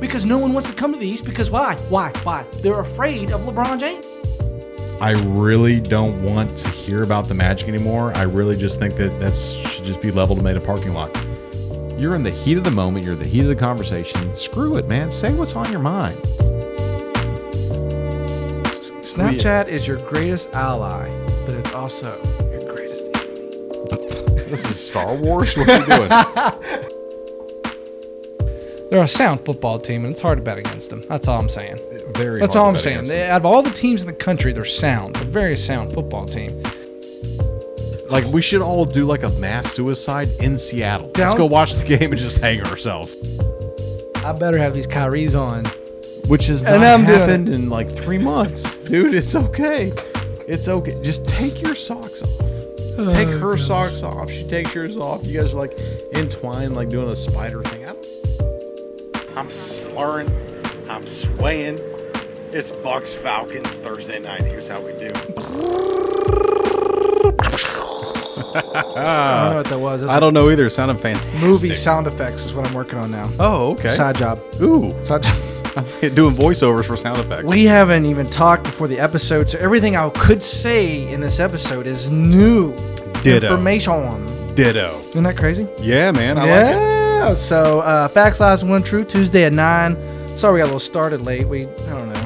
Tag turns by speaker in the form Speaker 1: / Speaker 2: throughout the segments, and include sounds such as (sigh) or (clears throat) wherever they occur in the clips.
Speaker 1: because no one wants to come to the East because why? Why? Why? They're afraid of LeBron James.
Speaker 2: I really don't want to hear about the Magic anymore. I really just think that that should just be leveled and made a parking lot. You're in the heat of the moment. You're in the heat of the conversation. Screw it, man. Say what's on your mind.
Speaker 3: Snapchat is your greatest ally, but it's also your greatest enemy.
Speaker 4: This is Star Wars. What are we doing?
Speaker 5: (laughs) They're a sound football team, and it's hard to bet against them. That's all I'm saying.
Speaker 2: Very.
Speaker 5: That's
Speaker 2: hard
Speaker 5: all
Speaker 2: to
Speaker 5: I'm
Speaker 2: bet
Speaker 5: saying.
Speaker 2: against.
Speaker 5: They- out of all the teams in the country, they're sound. They're very sound football team.
Speaker 2: Like we should all do like a mass suicide in Seattle. Let's
Speaker 3: Down-
Speaker 2: go watch the game and just hang ourselves.
Speaker 3: I better have these Kyries on.
Speaker 2: Which has
Speaker 3: And
Speaker 2: not
Speaker 3: I'm doing
Speaker 2: happened in like three months, dude. It's okay. It's okay. Just take your socks off. take
Speaker 3: Oh,
Speaker 2: her socks off. She takes yours off. You guys are like entwined, like doing a spider thing. I don't- I'm slurring. I'm swaying.
Speaker 4: It's Bucks Falcons Thursday night. Here's how we do.
Speaker 3: I don't know what that was. That's
Speaker 2: Uh, I don't know either. It sounded fantastic.
Speaker 3: movie sound effects is what I'm working on now.
Speaker 2: Oh, okay.
Speaker 3: Side job.
Speaker 2: Ooh, (laughs)
Speaker 3: Side job.
Speaker 2: doing voiceovers for sound effects.
Speaker 3: We haven't even talked before the episode, so everything I could say in this episode is new
Speaker 2: Ditto.
Speaker 3: information.
Speaker 2: Ditto.
Speaker 3: Isn't that crazy?
Speaker 2: Yeah, man. I like it.
Speaker 3: yeah. So, uh, Facts, Lies, and One True, Tuesday at 9. Sorry we got a little started late. We, I don't know.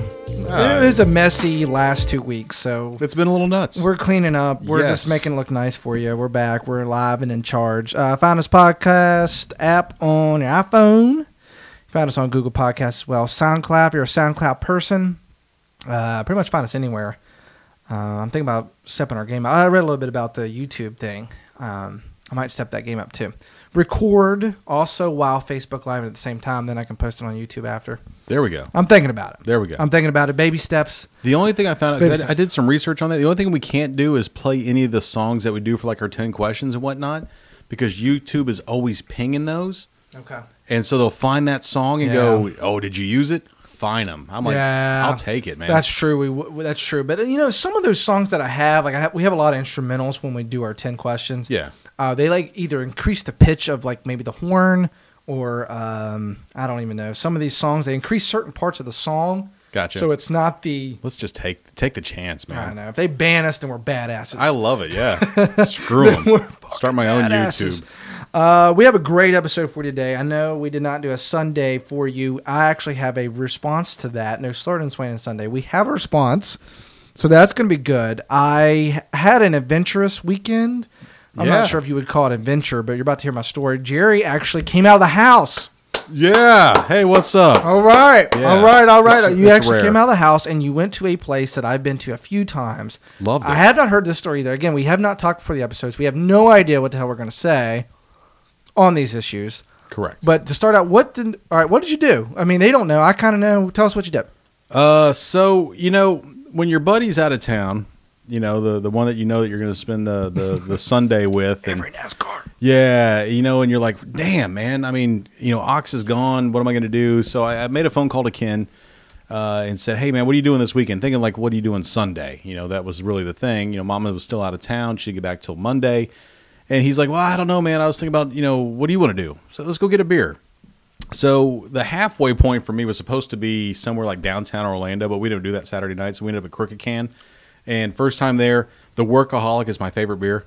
Speaker 2: Uh,
Speaker 3: it was a messy last two weeks, so
Speaker 2: It's been a little nuts.
Speaker 3: we're cleaning up. We're
Speaker 2: Yes.
Speaker 3: just making it look nice for you. We're back. We're live and in charge. Uh, find us podcast app on your iPhone. Find us on Google Podcasts as well. SoundCloud. If you're a SoundCloud person, uh, pretty much find us anywhere. Uh, I'm thinking about stepping our game. up. I read a little bit about the YouTube thing. Um, I might step that game up too. Record also while Facebook Live at the same time. Then I can post it on YouTube after.
Speaker 2: there we go.
Speaker 3: I'm thinking about it.
Speaker 2: There we go.
Speaker 3: I'm thinking about it. Baby steps.
Speaker 2: The only thing I found out,
Speaker 3: Baby
Speaker 2: 'cause I,
Speaker 3: steps.
Speaker 2: I did some research on that. The only thing we can't do is play any of the songs that we do for like our 10 questions and whatnot because YouTube is always pinging those.
Speaker 3: Okay.
Speaker 2: And so they'll find that song and go, oh, did you use it? Fine them. I'm like,
Speaker 3: Yeah.
Speaker 2: I'll take it, man.
Speaker 3: That's true. We, w- that's true. But you know, some of those songs that I have, like I have, we have a lot of instrumentals when we do our ten questions.
Speaker 2: Yeah.
Speaker 3: uh, they like either increase the pitch of like maybe the horn or um, I don't even know. Some of these songs they increase certain parts of the song.
Speaker 2: Gotcha.
Speaker 3: So it's not the
Speaker 2: Let's just take take the chance,
Speaker 3: I don't
Speaker 2: man.
Speaker 3: know. If they ban us, then we're badasses.
Speaker 2: I love
Speaker 3: (laughs)
Speaker 2: it. Yeah. Screw them. Start my own
Speaker 3: badasses.
Speaker 2: YouTube.
Speaker 3: Uh, we have a great episode for you today. I know we did not do a Sunday for you. I actually have a response to that. No slurred and Swain and Sunday. We have a response, so that's going to be good. I had an adventurous weekend. I'm
Speaker 2: Yeah.
Speaker 3: not sure if you would call it adventure, but you're about to hear my story. Jerry actually came out of the house.
Speaker 2: Yeah. Hey, what's up?
Speaker 3: All right,
Speaker 2: Yeah.
Speaker 3: all right, all right.
Speaker 2: It's-
Speaker 3: you
Speaker 2: it's
Speaker 3: actually
Speaker 2: rare.
Speaker 3: came out of the house and you went to a place that I've been to a few times.
Speaker 2: Loved
Speaker 3: I
Speaker 2: it.
Speaker 3: have not heard this story either. Again, we have not talked before the episodes. We have no idea what the hell we're going to say on these issues.
Speaker 2: Correct.
Speaker 3: But to start out, what did all right? What did you do? I mean, they don't know. I kind of know. Tell us what you did.
Speaker 2: Uh, so you know when your buddy's out of town, you know the the one that you know that you're going to spend the the, the Sunday with, and
Speaker 3: NASCAR.
Speaker 2: yeah, you know, and you're like, damn, man. I mean, you know, Ox is gone. What am I going to do? So I, I made a phone call to Ken. Uh, and said, "Hey man, what are you doing this weekend?" Thinking like, "What are you doing Sunday?" You know, that was really the thing. You know, Mama was still out of town; she'd get back till Monday. And he's like, "Well, I don't know, man. I was thinking about, you know, what do you want to do? So let's go get a beer." So the halfway point for me was supposed to be somewhere like downtown Orlando, but we didn't do that Saturday night, so we ended up at Crooked Can. And first time there, the Workaholic is my favorite beer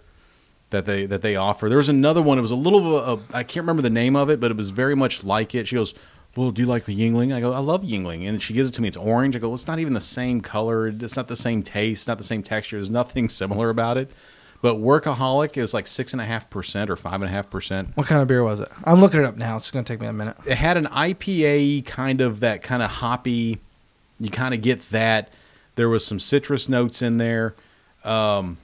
Speaker 2: that they that they offer. There was another one. It was a little. of a- I can't remember the name of it, but it was very much like it. She goes, "Well, do you like the Yingling?" I go, "I love Yingling," and she gives it to me. It's orange. I go, well, "It's not even the same color. It's not the same taste. Not the same texture. There's nothing (laughs) similar about it." But Workaholic is like six and a half percent or five and a half percent
Speaker 3: What kind of beer was it? I'm looking it up now. It's going to take me a minute.
Speaker 2: it had an IPA kind of that kind of hoppy. You kind of get that. There was some citrus notes in there. Um,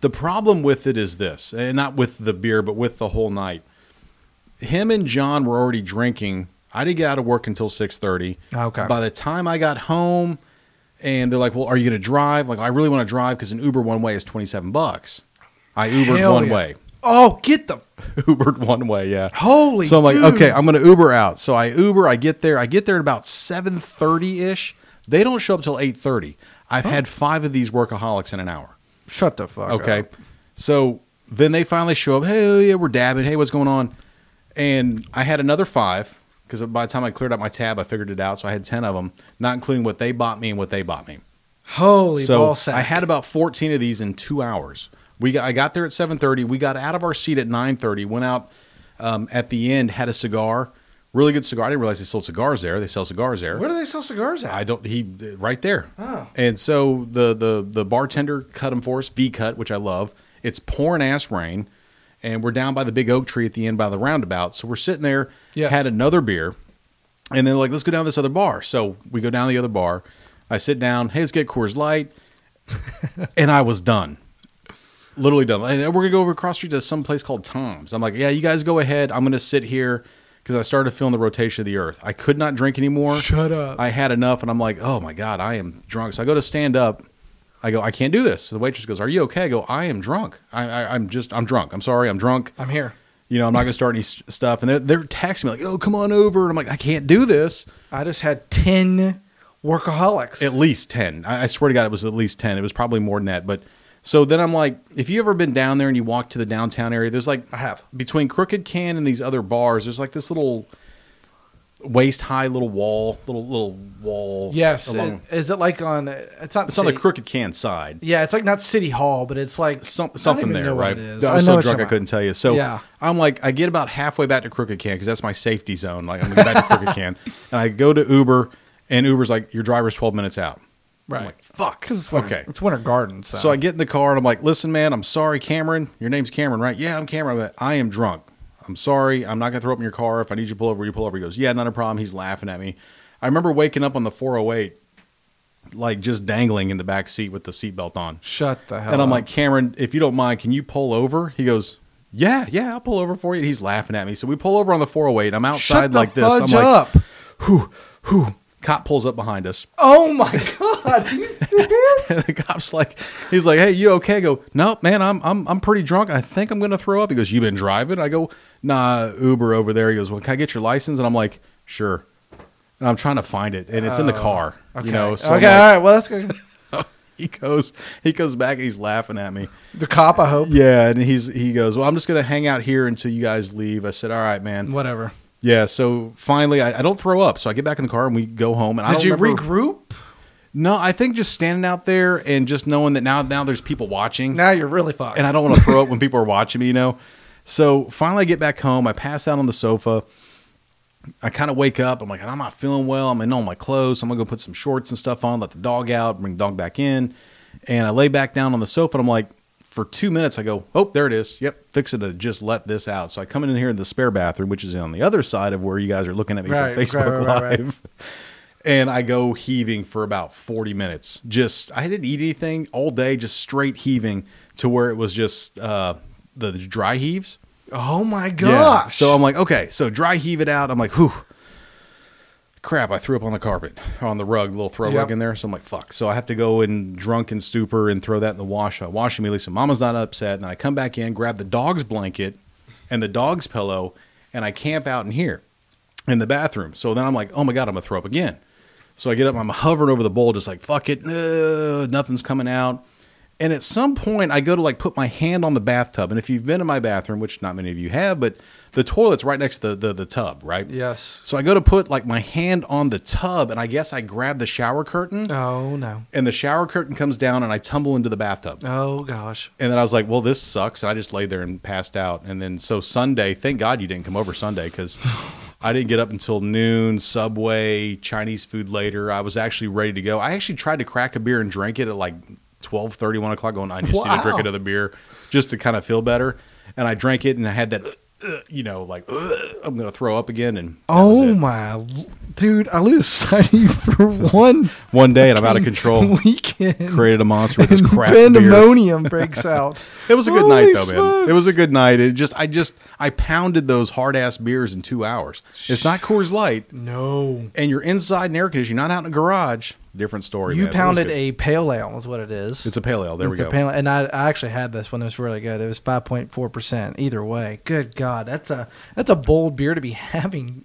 Speaker 2: the problem with it is this, and not with the beer, but with the whole night. Him and John were already drinking. I didn't get out of work until six thirty.
Speaker 3: Ah, Okay.
Speaker 2: By the time I got home, and they're like, "Well, are you going to drive?" Like, I really want to drive because an Uber one way is twenty seven bucks. I Ubered
Speaker 3: Hell
Speaker 2: one
Speaker 3: yeah.
Speaker 2: way. (laughs)
Speaker 3: Oh, get the
Speaker 2: Ubered one way. Yeah.
Speaker 3: Holy
Speaker 2: So I'm like,
Speaker 3: dude.
Speaker 2: okay, I'm gonna Uber out. So I Uber. I get there. I get there at about seven thirty ish. They don't show up till eight thirty. I've had five of these workaholics in an hour.
Speaker 3: shut the fuck.
Speaker 2: Okay.
Speaker 3: up.
Speaker 2: So then they finally show up. Hey, yeah, we're dabbing. Hey, what's going on? And I had another five because by the time I cleared out my tab, I figured it out. So I had ten of them, not including what they bought me and what they bought me.
Speaker 3: Holy
Speaker 2: so
Speaker 3: ball sack.
Speaker 2: I had about fourteen of these in two hours. We got, I got there at seven thirty. We got out of our seat at nine thirty. Went out um, at the end, had a cigar, really good cigar. I didn't realize they sold cigars there. They sell cigars there.
Speaker 3: Where do they sell cigars at?
Speaker 2: I don't. He right there.
Speaker 3: Oh.
Speaker 2: And so the the the bartender cut him for us, V cut, which I love. It's pouring ass rain, and we're down by the big oak tree at the end by the roundabout. So we're sitting there,
Speaker 5: Yes.
Speaker 2: had another beer, and then like let's go down to this other bar. So we go down to the other bar. I sit down. Hey, let's get
Speaker 5: (laughs)
Speaker 2: Coors Light, and I was done. Literally done. Like, we're gonna go over across the street to some place called Tom's. I'm like, yeah, you guys go ahead. I'm gonna sit here because I started feeling the rotation of the earth. I could not drink anymore.
Speaker 5: Shut up.
Speaker 2: I had enough, and I'm like, oh my god, I am drunk. So I go to stand up. I go, I can't do this. The waitress goes, Are you okay? I go, I am drunk. I, I, I'm just, I'm drunk. I'm sorry, I'm drunk.
Speaker 3: I'm here.
Speaker 2: You know, I'm not gonna start any st- stuff. And they're they're texting me like, Oh, come on over. And I'm like, I can't do this.
Speaker 3: I just had 10 workaholics.
Speaker 2: At least ten. I, I swear to God, it was at least ten. It was probably more than that. But so then I'm like, if you ever been down there and you walk to the downtown area, there's like
Speaker 3: I have.
Speaker 2: between Crooked Can and these other bars, there's like this little waist high little wall, little little wall.
Speaker 3: yes.
Speaker 2: along-
Speaker 3: it- Is it like on, it's not
Speaker 2: it's on the
Speaker 3: city-
Speaker 2: Crooked Can side.
Speaker 3: Yeah, it's like not City Hall, but it's like
Speaker 2: some,
Speaker 3: I don't
Speaker 2: something
Speaker 3: even
Speaker 2: there,
Speaker 3: know what
Speaker 2: right?
Speaker 3: it is.
Speaker 2: I
Speaker 3: I
Speaker 2: was
Speaker 3: know what
Speaker 2: so
Speaker 3: you're
Speaker 2: drunk I
Speaker 3: talking
Speaker 2: couldn't tell you. So
Speaker 3: Yeah.
Speaker 2: I'm like, I get about halfway back to Crooked Can because that's my safety zone. Like I'm gonna go back to
Speaker 3: (laughs)
Speaker 2: Crooked Can, and I go to Uber, and Uber's like, your driver's 12 minutes out.
Speaker 3: Right.
Speaker 2: Fuck.
Speaker 3: Because it's winter,
Speaker 2: okay.
Speaker 3: It's Winter Garden. So,
Speaker 2: So I get in the car and I'm like, listen, man, I'm sorry, Cameron. Your name's Cameron, right? Yeah, I'm Cameron. I'm like, I am drunk. I'm sorry. I'm not gonna throw up in your car. If I need you to pull over, you pull over. He goes, yeah, not a problem. He's laughing at me. I remember waking up on the 408, like just dangling in the back seat with the seatbelt on.
Speaker 3: shut the hell.
Speaker 2: And I'm
Speaker 3: up.
Speaker 2: like, Cameron, if you don't mind, can you pull over? He goes, Yeah, yeah, I'll pull over for you. And he's laughing at me. So we pull over on the 408. I'm outside
Speaker 3: shut the
Speaker 2: like this. I'm
Speaker 3: fudge
Speaker 2: like,
Speaker 3: up.
Speaker 2: cop pulls up behind us. (laughs)
Speaker 3: oh my (laughs) god, are you serious?
Speaker 2: And the cop's like, he's like, Hey, you okay? I go, no, man, I'm I'm I'm pretty drunk. I think I'm gonna throw up. He goes, You been driving? I go, nah, Uber over there. He goes, Well, can I get your license? And I'm like, sure. And I'm trying to find it. And it's in the car. You know, so I'm
Speaker 3: Oh, okay,
Speaker 2: like-
Speaker 3: all right. Well, that's good.
Speaker 2: (laughs) he goes he goes back and he's laughing at me.
Speaker 3: The cop, I hope.
Speaker 2: Yeah, and he's he goes, "Well, I'm just gonna hang out here until you guys leave." I said, "All right, man."
Speaker 3: Whatever.
Speaker 2: Yeah. So finally, I, I don't throw up, so I get back in the car and we go home. And I
Speaker 3: Did
Speaker 2: don't
Speaker 3: you
Speaker 2: remember-
Speaker 3: regroup?
Speaker 2: No, I think just standing out there and just knowing that now now there's people watching,
Speaker 3: Now you're really fucked.
Speaker 2: and I don't want to throw up when people are watching me, you know. So finally, I get back home. I pass out on the sofa. I kind of wake up. I'm like, I'm not feeling well. I'm in all my clothes. So I'm gonna go put some shorts and stuff on. Let the dog out. Bring the dog back in. And I lay back down on the sofa. and I'm like, for two minutes, I go, oh, there it is. Yep, fix it to just let this out. So I come in here in the spare bathroom, which is on the other side of where you guys are looking at me
Speaker 3: Right,
Speaker 2: from
Speaker 3: right,
Speaker 2: Facebook
Speaker 3: right, right,
Speaker 2: Live.
Speaker 3: right.
Speaker 2: And I go heaving for about 40 minutes. Just, I didn't eat anything all day, just straight heaving to where it was just uh, the dry heaves.
Speaker 3: oh my
Speaker 2: Yeah.
Speaker 3: gosh.
Speaker 2: So I'm like, okay, so dry heave it out. I'm like, whew. Crap, I threw up on the carpet, on the rug, little throw
Speaker 3: Yep.
Speaker 2: rug in there. So I'm like, fuck. So I have to go in drunk and stupor and throw that in the wash. I wash immediately so mama's not upset. And I come back in, grab the dog's blanket and the dog's pillow, and I camp out in here in the bathroom. So then I'm like, oh my God, I'm going to throw up again. So I get up, I'm hovering over the bowl, just like, fuck it, no, nothing's coming out. And at some point, I go to like put my hand on the bathtub. And if you've been in my bathroom, which not many of you have, but the toilet's right next to the, the, the tub, right?
Speaker 3: yes.
Speaker 2: So I go to put like my hand on the tub, and I guess I grab the shower curtain,
Speaker 3: Oh no.
Speaker 2: and the shower curtain comes down, and I tumble into the bathtub.
Speaker 3: Oh gosh.
Speaker 2: And then I was like, well, this sucks. And I just laid there and passed out. And then so Sunday, thank God you didn't come over Sunday because I didn't get up until noon, Subway, Chinese food later. I was actually ready to go. I actually tried to crack a beer and drink it at like 12, 1 o'clock going, I just need to
Speaker 3: Wow.
Speaker 2: drink another beer just to kind of feel better. And I drank it and I had that, uh, you know, like, uh, I'm going to throw up again. And that was
Speaker 3: Oh
Speaker 2: it.
Speaker 3: my, l- dude! I lose (laughs) sight of you for one
Speaker 2: One day and I'm out
Speaker 3: (laughs)
Speaker 2: of control.
Speaker 3: weekend.
Speaker 2: Created a monster with this
Speaker 3: and
Speaker 2: crap Oh, beer.
Speaker 3: pandemonium
Speaker 2: (laughs)
Speaker 3: breaks out.
Speaker 2: It was a good
Speaker 3: Holy
Speaker 2: night though, man.
Speaker 3: smokes.
Speaker 2: It was a good night. It just I just I pounded those hard ass beers in two hours. It's not Coors Light,
Speaker 3: no.
Speaker 2: and you're inside in air conditioning, not out in a garage. Different story.
Speaker 3: You
Speaker 2: man, but it was
Speaker 3: pounded
Speaker 2: good.
Speaker 3: a pale ale, is what it is.
Speaker 2: It's a pale ale. There
Speaker 3: It's
Speaker 2: we
Speaker 3: a
Speaker 2: go.
Speaker 3: pale- and I, I actually had this one. It was really good. It was five point four percent. Either way, good God, that's a that's a bold beer to be (laughs) having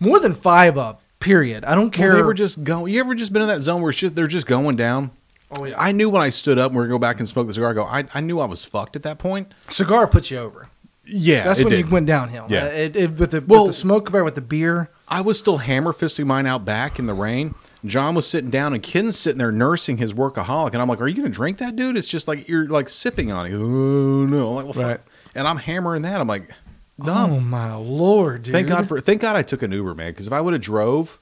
Speaker 3: more than five of. Period. I don't care.
Speaker 2: Well, they were just going. You ever just been in that zone where it's just they're just going down?
Speaker 3: oh yeah,
Speaker 2: I knew when I stood up and we are gonna go back and smoke the cigar. I go. I, I knew I was fucked at that point.
Speaker 3: cigar puts you over.
Speaker 2: Yeah,
Speaker 3: That's
Speaker 2: it
Speaker 3: when
Speaker 2: did.
Speaker 3: you went downhill.
Speaker 2: Yeah.
Speaker 3: Uh, it, it- with, the,
Speaker 2: Well-
Speaker 3: with the smoke compared with the beer.
Speaker 2: I was still hammer fisting mine out back in the rain. John was sitting down and Ken's sitting there nursing his workaholic, and I'm like, "Are you going to drink that, dude?" It's just like you're like sipping on it. Oh no! I'm like, well, fuck.
Speaker 3: Right.
Speaker 2: And I'm hammering that. I'm like,
Speaker 3: Oh
Speaker 2: dumb.
Speaker 3: my lord, dude!
Speaker 2: thank God for thank God I took an Uber, man. Because if I would have drove,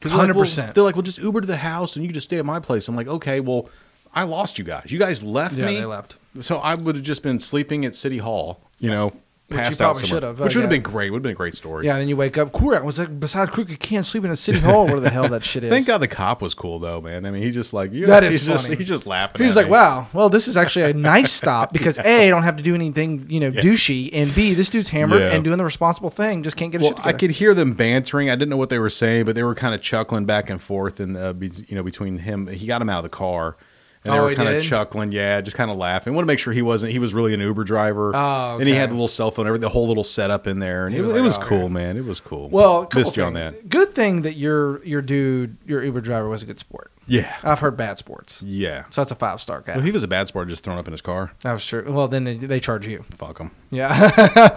Speaker 2: because they're, like, well,
Speaker 3: 100%.
Speaker 2: they're like, "Well, just Uber to the house, and you can just stay at my place." I'm like, "Okay, well, I lost you guys. You guys left
Speaker 3: yeah,
Speaker 2: me.
Speaker 3: they left.
Speaker 2: So I would have just been sleeping at City Hall, you know,
Speaker 3: Which
Speaker 2: passed
Speaker 3: you
Speaker 2: out
Speaker 3: probably
Speaker 2: somewhere,
Speaker 3: should have,
Speaker 2: which
Speaker 3: I
Speaker 2: would have been
Speaker 3: guess.
Speaker 2: great. Would have been a great story.
Speaker 3: Yeah, and then you wake up. Kurak was like, besides Crooked Ken sleeping at City Hall, where the hell that shit is.
Speaker 2: (laughs) Thank God the cop was cool though, man. I mean, he just like you
Speaker 3: That is
Speaker 2: he's just
Speaker 3: funny.
Speaker 2: he's just laughing.
Speaker 3: He was
Speaker 2: at
Speaker 3: like,
Speaker 2: me.
Speaker 3: wow, well, this is actually a nice stop because A, I don't have to do anything, you know, douchey, and B, this dude's hammered
Speaker 2: Yeah.
Speaker 3: and doing the responsible thing, just can't get his
Speaker 2: Well,
Speaker 3: shit
Speaker 2: I
Speaker 3: together.
Speaker 2: could hear them bantering. I didn't know what they were saying, but they were kind of chuckling back and forth, and uh, be, you know, between him, he got him out of the car, and they
Speaker 3: Oh,
Speaker 2: were
Speaker 3: he
Speaker 2: kind
Speaker 3: did?
Speaker 2: of chuckling, yeah, just kind of laughing. Want to make sure he wasn't. He was really an Uber driver,
Speaker 3: Oh,
Speaker 2: and he
Speaker 3: okay.
Speaker 2: had the little cell phone, every- the whole little setup in there, and
Speaker 3: He
Speaker 2: it was,
Speaker 3: was like,
Speaker 2: it was
Speaker 3: oh,
Speaker 2: cool,
Speaker 3: okay.
Speaker 2: man. It was cool.
Speaker 3: well, a couple
Speaker 2: missed you on that.
Speaker 3: things. Good thing that your your dude, your Uber driver, was a good sport.
Speaker 2: Yeah,
Speaker 3: I've heard bad sports,
Speaker 2: yeah.
Speaker 3: so that's a five star guy.
Speaker 2: Well, he was a bad sport, just thrown up in his car.
Speaker 3: that was true. Well, then they, they charge you.
Speaker 2: Fuck him.
Speaker 3: Yeah,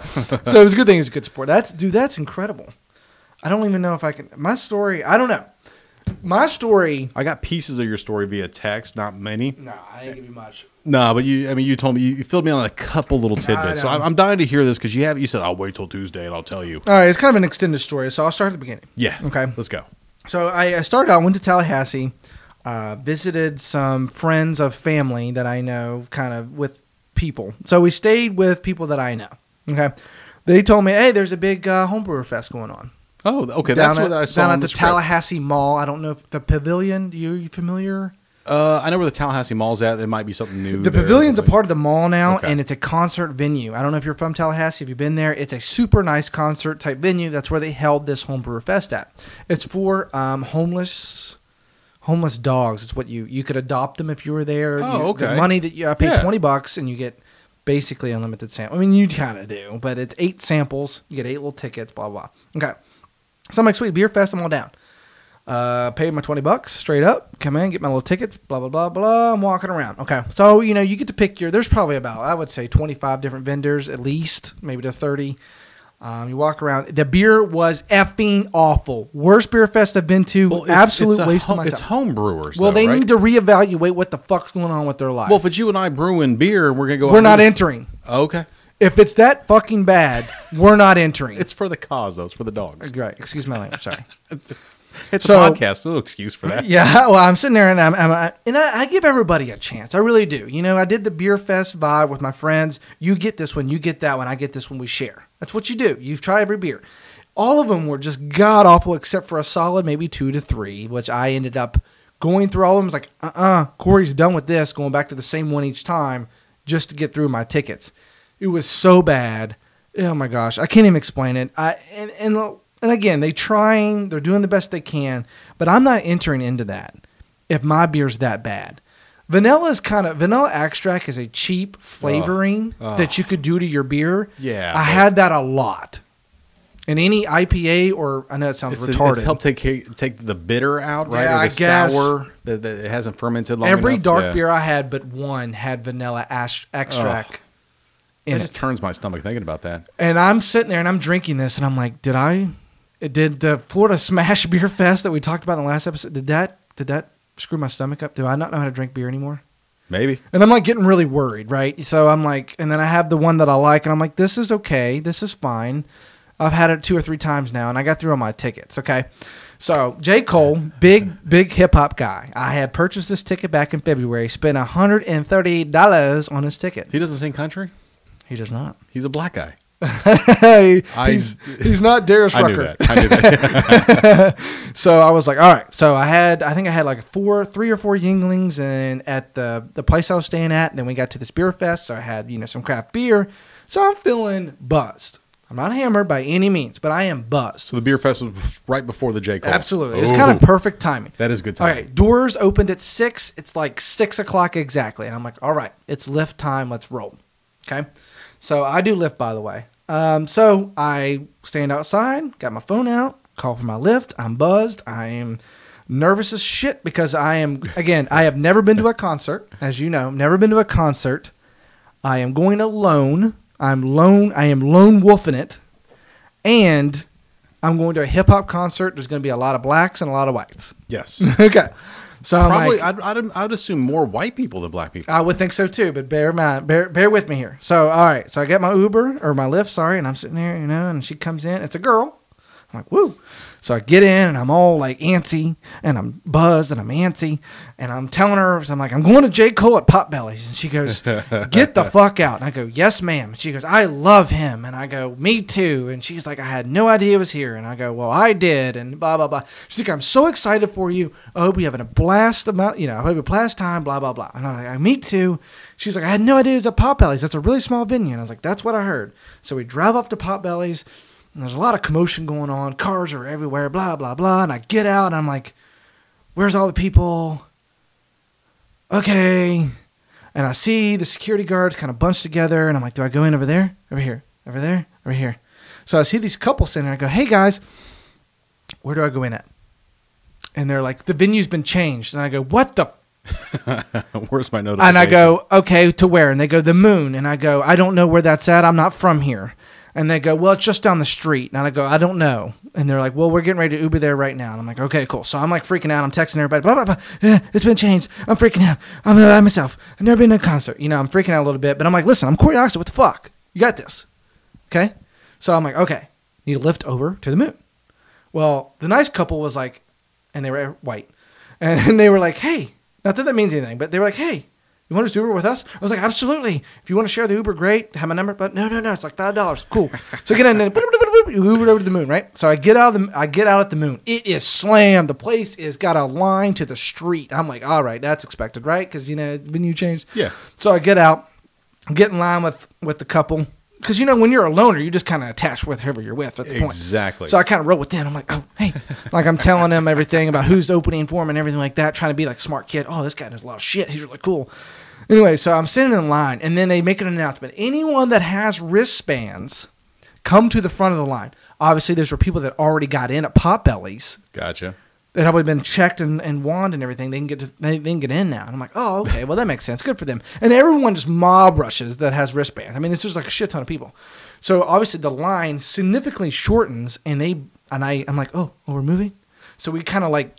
Speaker 3: (laughs) so it was a good thing. It was a good sport. That's dude. That's incredible. I don't even know if I can. My story. I don't know. My story.
Speaker 2: I got pieces of your story via text, not many.
Speaker 3: No, I didn't give you much.
Speaker 2: No, but you, I mean, you told me, you, you filled me in on a couple little tidbits. So
Speaker 3: know.
Speaker 2: I'm, I'm dying to hear this because you have, you said, I'll wait till Tuesday and I'll tell you.
Speaker 3: All right, it's kind of an extended story, so I'll start at the beginning.
Speaker 2: Yeah.
Speaker 3: Okay.
Speaker 2: Let's go.
Speaker 3: So I, I started out, went to Tallahassee, uh, visited some friends of family that I know, kind of with people. So we stayed with people that I know. Okay. They told me, hey, there's a big uh, homebrewer fest going on
Speaker 2: Oh, okay.
Speaker 3: down
Speaker 2: that's
Speaker 3: at,
Speaker 2: what I saw.
Speaker 3: down
Speaker 2: on
Speaker 3: at the
Speaker 2: the script.
Speaker 3: Tallahassee Mall. I don't know if the pavilion. Do you, you familiar?
Speaker 2: Uh, I know where the Tallahassee Mall's at. There might be something new.
Speaker 3: The
Speaker 2: there.
Speaker 3: pavilion's a
Speaker 2: Like-
Speaker 3: part of the mall now,
Speaker 2: Okay.
Speaker 3: and it's a concert venue. I don't know if you're from Tallahassee. If you've been there, it's a super nice concert type venue. That's where they held this homebrewer fest at. It's for um, homeless homeless dogs. It's what you you could adopt them if you were there.
Speaker 2: Oh,
Speaker 3: You-
Speaker 2: okay.
Speaker 3: The money that you I paid
Speaker 2: Yeah.
Speaker 3: twenty bucks and you get basically unlimited sample. I mean, you kind of do, but it's eight samples. You get eight little tickets. Blah blah. blah. Okay. So I'm like, sweet beer fest. I'm all down. Uh, paid my 20 bucks straight up. Come in, get my little tickets, blah, blah, blah, blah. I'm walking around. Okay. So, you know, you get to pick your, there's probably about, I would say 25 different vendors at least, maybe to 30. Um, you walk around. The beer was effing awful. Worst beer fest I've been to.
Speaker 2: Well, it's,
Speaker 3: Absolute
Speaker 2: it's a
Speaker 3: waste
Speaker 2: home,
Speaker 3: of my
Speaker 2: It's
Speaker 3: time.
Speaker 2: home brewers.
Speaker 3: well,
Speaker 2: though,
Speaker 3: they
Speaker 2: right?
Speaker 3: need to reevaluate what the fuck's going on with their life.
Speaker 2: Well, if it's you and I brewing beer, we're going to go. out
Speaker 3: we're
Speaker 2: and
Speaker 3: not
Speaker 2: do-
Speaker 3: entering.
Speaker 2: Okay.
Speaker 3: If it's that fucking bad, we're not entering.
Speaker 2: (laughs) It's for the cause, though. It's for the dogs.
Speaker 3: right. Excuse my language. Sorry.
Speaker 2: It's
Speaker 3: So-
Speaker 2: a podcast. No excuse for
Speaker 3: (laughs)
Speaker 2: that.
Speaker 3: Yeah, well, I'm sitting there and I'm, I'm I, and I, I give everybody a chance. I really do. You know, I did the beer fest vibe with my friends. You get this one, you get that one, I get this one. We share. That's what you do. You try every beer. All of them were just god awful, except for a solid maybe two to three, which I ended up going through all of them. It's like, uh, uh Corey's done with this. Going back to the same one each time just to get through my tickets. It was so bad. Oh my gosh, I can't even explain it. I and and and again, they trying, they're doing the best they can, but I'm not entering into that if my beer's that bad. Vanilla is kind of vanilla extract is a cheap flavoring
Speaker 2: Ugh.
Speaker 3: that you could do to your beer.
Speaker 2: Yeah,
Speaker 3: I
Speaker 2: but-
Speaker 3: had that a lot. In any IPA or I know it sounds
Speaker 2: It's,
Speaker 3: retarded.
Speaker 2: it's helped take care- take the bitter out, right?
Speaker 3: Yeah,
Speaker 2: or the
Speaker 3: I guess.
Speaker 2: sour that, that it hasn't fermented long
Speaker 3: Every
Speaker 2: enough.
Speaker 3: dark
Speaker 2: Yeah.
Speaker 3: beer I had, but one had vanilla ash- extract. in
Speaker 2: It
Speaker 3: it.
Speaker 2: just turns my stomach thinking about that.
Speaker 3: And I'm sitting there and I'm drinking this and I'm like, did I did the Florida (laughs) Smash Beer Fest that we talked about in the last episode did that did that screw my stomach up? Do I not know how to drink beer anymore?
Speaker 2: Maybe.
Speaker 3: And I'm like getting really worried, right? So I'm like and then I have the one that I like and I'm like this is okay. This is fine. I've had it two or three times now and I got through on my tickets, okay? So J. Cole, big, big hip hop guy. I had purchased this ticket back in February, spent $138 on his ticket.
Speaker 2: He doesn't sing country.
Speaker 3: He does not.
Speaker 2: He's a black guy. I-
Speaker 3: he's, he's not Darius
Speaker 2: I knew
Speaker 3: Rucker.
Speaker 2: that. I knew that. (laughs)
Speaker 3: So I was like, all right. So I had, I think I had like four, three or four Yinglings, and at the the place I was staying at. And then we got to this beer fest. So I had, you know, some craft beer. So I'm feeling buzzed. I'm not hammered by any means, but I am buzzed.
Speaker 2: so the beer fest was right before the J Cole.
Speaker 3: Absolutely, it's kind of
Speaker 2: Ooh.
Speaker 3: perfect timing.
Speaker 2: That is good
Speaker 3: All
Speaker 2: timing.
Speaker 3: right, doors opened at six. It's like six o'clock exactly, and I'm like, all right, it's lift time. Let's roll. Okay, so I do lift by the way. Um, so I stand outside, got my phone out, call for my lift. I'm buzzed. I am nervous as shit because I am again. I have never been to a concert, as you know, never been to a concert. I am going alone. I'm lone. I am lone wolfing it, and I'm going to a hip hop concert. There's going to be a lot of blacks and a lot of whites. (laughs)
Speaker 2: Yes.
Speaker 3: okay, so I'm
Speaker 2: (laughs) Probably,
Speaker 3: like,
Speaker 2: I'd, I'd, I'd assume more white people than black people. (laughs)
Speaker 3: I would think so too, but bear mind, bear, bear with me here. So, all right, so I get my Uber or my Lyft, sorry, and I'm sitting there, you know, and she comes in. It's a girl. I'm like, woo. So I get in and I'm all like antsy and I'm buzzed and I'm antsy and I'm telling her, so I'm like, I'm going to J. Cole at Potbellies. And she goes, Get the fuck out. And I go, Yes, ma'am. And she goes, I love him. And I go, Me too. And she's like, I had no idea he was here. And I go, Well, I did. And blah, blah, blah. She's like, I'm so excited for you. I hope you're having a blast amount, you know, I hope you have a blast time, blah, blah, blah. And I'm like, Me too. She's like, I had no idea it was at Potbellies. That's a really small venue. And I was like, That's what I heard. So we drive up to Potbellies. And there's a lot of commotion going on. Cars are everywhere, blah, blah, blah. And I get out and I'm like, where's all the people? Okay. And I see the security guards kind of bunched together. And I'm like, do I go in over there? Over here? Over there? Over here? So I see these couples sitting there. I go, hey guys, where do I go in at? And they're like, the venue's been changed. And I go, what the
Speaker 2: Where's my notification?
Speaker 3: and I go, okay, to where? And they go, the moon. And I go, I don't know where that's at. I'm not from here. And they go, well, it's just down the street. And I go, I don't know. And they're like, well, we're getting ready to Uber there right now. And I'm like, okay, cool. So I'm like freaking out. I'm texting everybody, blah, blah, blah. Eh, It's been changed. I'm freaking out. I'm by myself. I've never been to a concert. You know, I'm freaking out a little bit. But I'm like, listen, I'm Corey Oxford. What the fuck? You got this. Okay. So I'm like, okay, need a lift over to the moon. Well, the nice couple was like, and they were white, and (laughs) they were like, hey, not that that means anything, but they were like, hey, you want to just Uber with us? I was like, absolutely. If you want to share the Uber, great. Have my number, but no, no, no, it's like five dollars. Cool. So I get in and you (laughs) Uber over to the moon, right? So I get out of the, I get out at the moon. It is slammed. The place is got a line to the street. I'm like, all right, that's expected, right? Because you know, when you change,
Speaker 2: Yeah.
Speaker 3: So I get out, get in line with with the couple. Because you know, when you're a loner, you're just kind of attached with whoever you're with at the point.
Speaker 2: Exactly.
Speaker 3: So I kind of roll with them. I'm like, oh, hey, (laughs) like I'm telling them everything about who's opening for him and everything like that, trying to be like smart kid. Oh, this guy knows a lot of shit. He's really cool. Anyway, so I'm sitting in line, and then they make an announcement. Anyone that has wristbands, come to the front of the line. Obviously, those were people that already got in at Potbellies
Speaker 2: Gotcha.
Speaker 3: that have already been checked and, and wand and everything. They can get to, they, they can get in now. And I'm like, oh, okay, well that makes sense. Good for them. And everyone just mob rushes that has wristbands. I mean, it's just like a shit ton of people. So obviously the line significantly shortens, and they and I I'm like, oh, oh we're moving. So we kind of like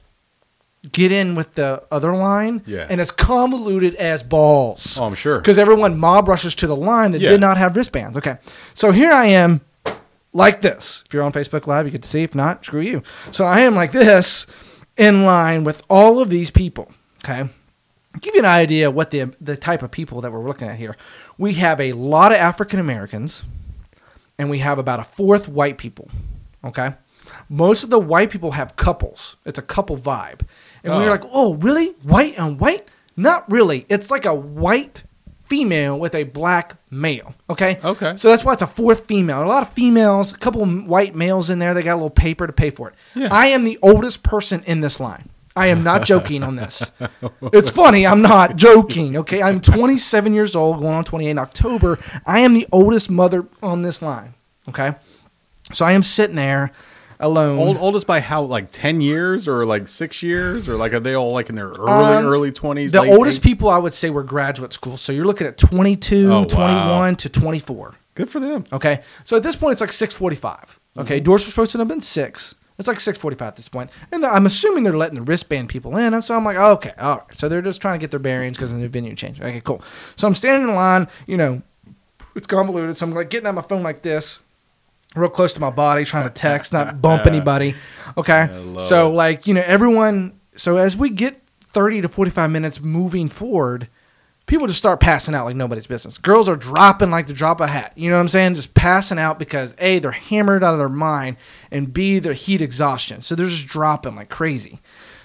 Speaker 3: get in with the other line,
Speaker 2: Yeah.
Speaker 3: and it's convoluted as balls.
Speaker 2: Oh, I'm sure.
Speaker 3: Because everyone mob rushes to the line that
Speaker 2: Yeah.
Speaker 3: did not have wristbands. Okay, so here I am like this. If you're on Facebook Live, you get to see. If not, screw you. So I am like this in line with all of these people. Okay. Give you an idea what the the type of people that we're looking at here. We have a lot of African Americans and we have about a fourth white people. Okay. Most of the white people have couples. It's a couple vibe. And we
Speaker 2: Oh.
Speaker 3: were like, oh, really? White on white? Not really. It's like a white female with a black male. Okay.
Speaker 2: Okay.
Speaker 3: So that's why it's a fourth female. A lot of females, a couple of white males in there. They got a little paper to pay for it. I am the oldest person in this line. I am not joking on this. It's funny. I'm
Speaker 2: (laughs)
Speaker 3: not joking. Okay. I'm 27 years old, going on 28 in October. I am the oldest mother on this line. Okay. So I am sitting there alone.
Speaker 2: Old, oldest by how? Like ten years or like six years or like are they all like in their early
Speaker 3: Um,
Speaker 2: early twenties?
Speaker 3: the oldest people I would say were graduate school. So you're looking at 22,
Speaker 2: Oh, wow.
Speaker 3: 21 to 24.
Speaker 2: Good for them.
Speaker 3: Okay. So at this point, it's like 645. Okay. Doors were supposed to have been six. It's like 645 at this point. And I'm assuming they're letting the wristband people in. And so I'm like, oh, okay. All right. So they're just trying to get their bearings because of the venue change. Okay, cool. So I'm standing in line, you know, it's convoluted. So I'm like getting on my phone like this. Real close to my body, trying to text, not bump anybody. Okay.
Speaker 2: love
Speaker 3: So, like, you know, everyone, so as we get 30 to 45 minutes moving forward, people just start passing out like nobody's business. Girls are dropping like the drop of a hat. You know what I'm saying? Just passing out because A, they're hammered out of their mind, and B, they're heat exhaustion. So they're just dropping like crazy.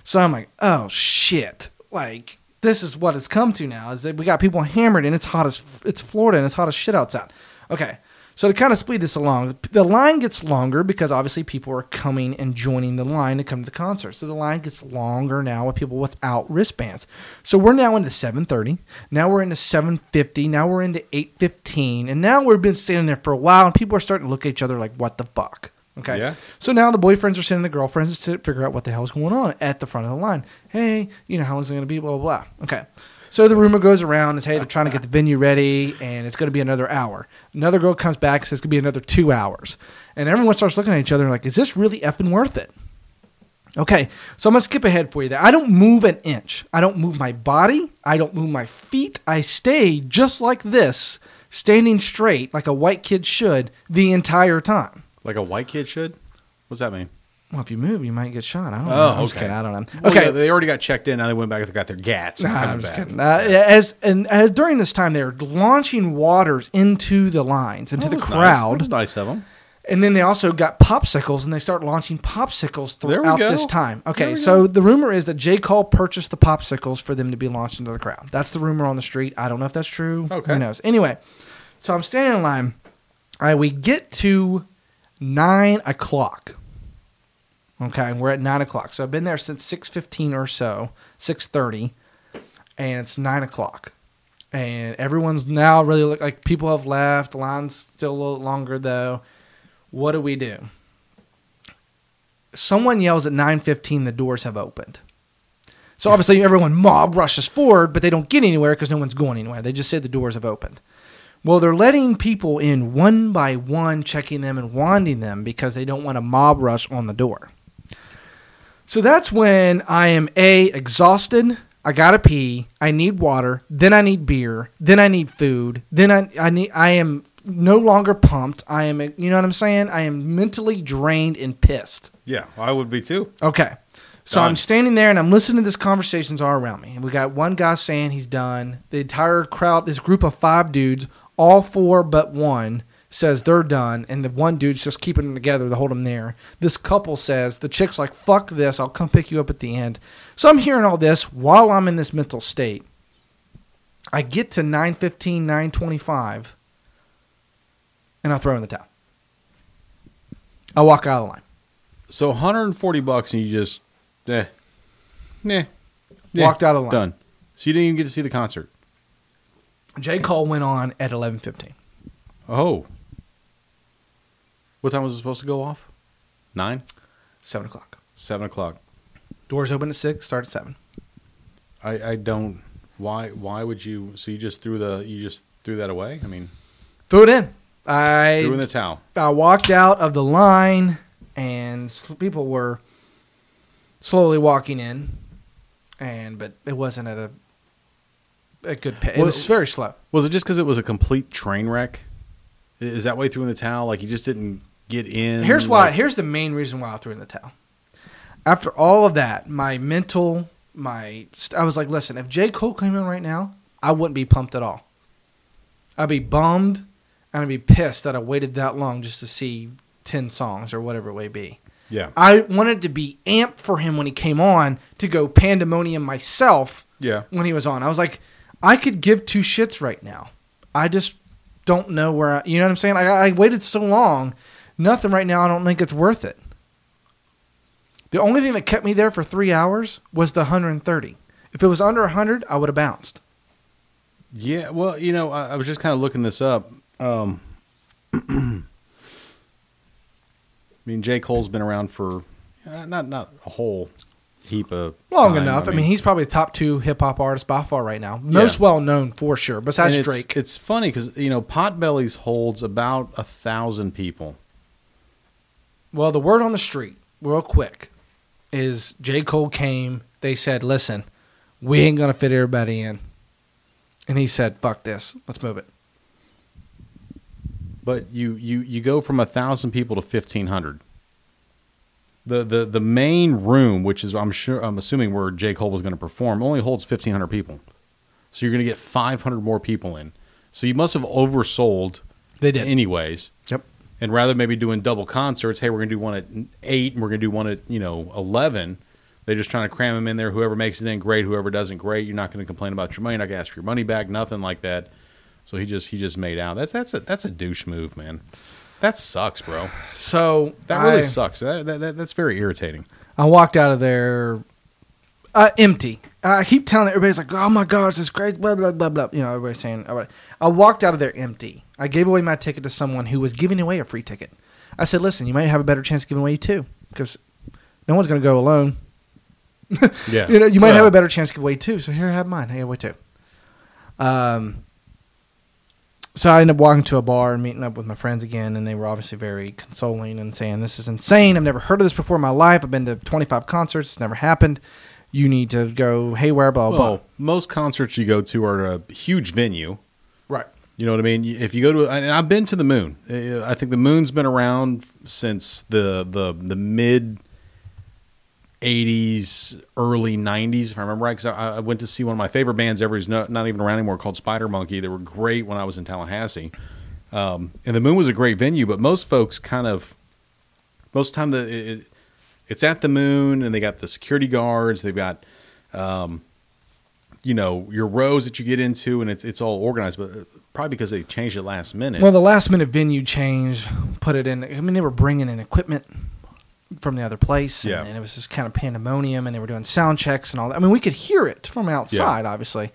Speaker 3: So I'm like, oh shit. Like, this is what it's come to now is that we got people hammered and it's hot as it's Florida and it's hot as shit outside. Okay. So to kind of speed this along, the line gets longer because obviously people are coming and joining the line to come to the concert. So the line gets longer now with people without wristbands. So we're now into 7:30. Now we're into 7:50. Now we're into 8:15. And now we've been standing there for a while, and people are starting to look at each other like, "What the fuck?" Okay.
Speaker 2: Yeah.
Speaker 3: So now the boyfriends are sending the girlfriends to sit- figure out what the hell's going on at the front of the line. Hey, you know how long's it going to be? Blah blah blah. Okay. So the rumor goes around is, hey, they're trying to get the venue ready, and it's going to be another hour. Another girl comes back and says it's going to be another two hours, and everyone starts looking at each other like, is this really effing worth it? Okay, so I'm gonna skip ahead for you there. I don't move an inch. I don't move my body. I don't move my feet. I stay just like this, standing straight like a white kid should the entire time.
Speaker 2: Like a white kid should? What's that mean?
Speaker 3: Well, if you move, you might get shot. I don't know.
Speaker 2: Oh,
Speaker 3: I'm just
Speaker 2: okay.
Speaker 3: kidding. I don't know.
Speaker 2: Well,
Speaker 3: Okay,
Speaker 2: yeah, they already got checked in. Now they went back and got their gats. and
Speaker 3: Nah,
Speaker 2: coming
Speaker 3: I'm just
Speaker 2: back.
Speaker 3: kidding. Uh, as and as during this time, they're launching waters into the lines, into
Speaker 2: That
Speaker 3: the
Speaker 2: was Oh, nice.
Speaker 3: crowd,
Speaker 2: That was nice of them.
Speaker 3: and then they also got popsicles, and they start launching popsicles
Speaker 2: There we
Speaker 3: throughout
Speaker 2: go.
Speaker 3: this time.
Speaker 2: There
Speaker 3: Okay,
Speaker 2: we
Speaker 3: so the rumor is that J. Cole purchased the popsicles for them to be launched into the crowd. That's the rumor on the street. I don't know if that's true.
Speaker 2: Okay.
Speaker 3: who knows? Anyway, so I'm standing in line. All right, we get to nine o'clock. Okay, and we're at nine o'clock. So I've been there since six fifteen or so, six thirty, and it's nine o'clock, and everyone's now really look like people have left. Line's still a little longer though. What do we do? Someone yells at nine fifteen. The doors have opened. So obviously everyone mob rushes forward, but they don't get anywhere because no one's going anywhere. They just say the doors have opened. Well, they're letting people in one by one, checking them and wanding them because they don't want a mob rush on the door. So that's when I am A, exhausted. I gotta pee. I need water. Then I need beer. Then I need food. Then I, I need I am no longer pumped. I am you know what I'm saying? I am mentally drained and pissed.
Speaker 2: Yeah, I would be too.
Speaker 3: Okay. So
Speaker 2: Done.
Speaker 3: I'm standing there and I'm listening to this conversations all around me. And we got one guy saying he's done. The entire crowd, this group of five dudes, all four but one says they're done. And the one dude's just keeping them together to hold them there. This couple says, the chick's like, fuck this. I'll come pick you up at the end. So I'm hearing all this while I'm in this mental state. I get to 915, 925, and I throw in the towel. I walk out of the line.
Speaker 2: So 140 bucks and you just, eh, nah,
Speaker 3: Walked out of the line.
Speaker 2: Done. So you didn't even get to see the concert.
Speaker 3: J. Cole went on at eleven fifteen.
Speaker 2: Oh. What time was it supposed to go off? Nine?
Speaker 3: Seven o'clock.
Speaker 2: Seven o'clock.
Speaker 3: Doors open at six, start at seven.
Speaker 2: I, I don't. Why? Why would you? So you just threw the you just threw that away? I mean,
Speaker 3: Threw it in. I
Speaker 2: threw in the towel.
Speaker 3: I walked out of the line, and s- people were slowly walking in, and but it wasn't at a a good pace. It
Speaker 2: Well,
Speaker 3: was very slow.
Speaker 2: Was it just because it was a complete train wreck? I- Is that why you threw in the towel? Like you just didn't get in?
Speaker 3: Here's why.
Speaker 2: like-
Speaker 3: Here's the main reason why I threw in the towel. After all of that, my mental, my I was like, listen, if J Cole came in right now, I wouldn't be pumped at all. I'd be bummed, and I'd be pissed that I waited that long just to see ten songs or whatever it may be.
Speaker 2: yeah.
Speaker 3: I wanted to be amped for him when he came on to go pandemonium myself
Speaker 2: Yeah.
Speaker 3: when he was on. I was like, I could give two shits right now. I just don't know where. I, you know what I'm saying? Like, I, I waited so long. Nothing right now. I don't think it's worth it. The only thing that kept me there for three hours was the 130. If it was under 100, I would have bounced.
Speaker 2: Yeah. Well, you know, I, I was just kind of looking this up. Um, (clears throat) I mean, J. Cole's been around for uh, not not a whole heap of
Speaker 3: Long
Speaker 2: time.
Speaker 3: enough. I mean, he's probably the top two hip hop artist by far right now. Most
Speaker 2: Yeah.
Speaker 3: well known for sure, besides
Speaker 2: And it's,
Speaker 3: Drake.
Speaker 2: It's funny because you know Potbellies holds about a thousand people.
Speaker 3: Well, the word on the street, real quick, is J. Cole came. They said, listen, we ain't going to fit everybody in. And he said, fuck this. Let's move it.
Speaker 2: but you you you go from a thousand people to fifteen hundred. The the the main room, which is I'm sure I'm assuming where J Cole was going to perform, only holds fifteen hundred people. So you're going to get five hundred more people in. So you must have oversold.
Speaker 3: They did.
Speaker 2: anyways.
Speaker 3: Yep.
Speaker 2: And rather than maybe doing double concerts, hey, we're going to do one at eight and we're going to do one at you know eleven. They're just trying to cram them in there. Whoever makes it in, great. Whoever doesn't, great. You're not going to complain about your money. You're not going to ask for your money back. Nothing like that. So he just he just made out. That's that's a that's a douche move, man. That sucks, bro.
Speaker 3: So
Speaker 2: That really
Speaker 3: I,
Speaker 2: sucks. That, that, that- that's very irritating.
Speaker 3: I walked out of there uh, empty. I keep telling everybody's like, oh my gosh, this is crazy, blah, blah, blah, blah. You know, everybody's saying, all right. I walked out of there empty. I gave away my ticket to someone who was giving away a free ticket. I said, listen, you might have a better chance of giving away two because no one's going to go alone.
Speaker 2: Yeah.
Speaker 3: You know, you might
Speaker 2: Well,
Speaker 3: have a better chance to give away two. So here, have mine. Hey, away two. Um, so I ended up walking to a bar and meeting up with my friends again, and they were obviously very consoling and saying, "This is insane. I've never heard of this before in my life. I've been to 25 concerts. It's never happened. You need to go haywire." Blah blah.
Speaker 2: Well,
Speaker 3: blah.
Speaker 2: most concerts you go to are at a huge venue.
Speaker 3: Right.
Speaker 2: You know what I mean? If you go to, and I've been to the moon. Uh, I think the moon's been around since the the the mid '80s, early '90s, if I remember right. Because I, I went to see one of my favorite bands ever, who's not, not even around anymore, called Spider Monkey. They were great when I was in Tallahassee, um, and the moon was a great venue. But most folks kind of, most of the time, the it, it- it's at the moon, and they got the security guards. They've got um, you know your rows that you get into, and it's it's all organized. But uh, probably because they changed it last minute.
Speaker 3: Well, the last minute venue change put it in. I mean, they were bringing in equipment from the other place, and-
Speaker 2: Yeah.
Speaker 3: and, it was just kind of pandemonium, and they were doing sound checks and all that. I mean, we could hear it from outside, obviously,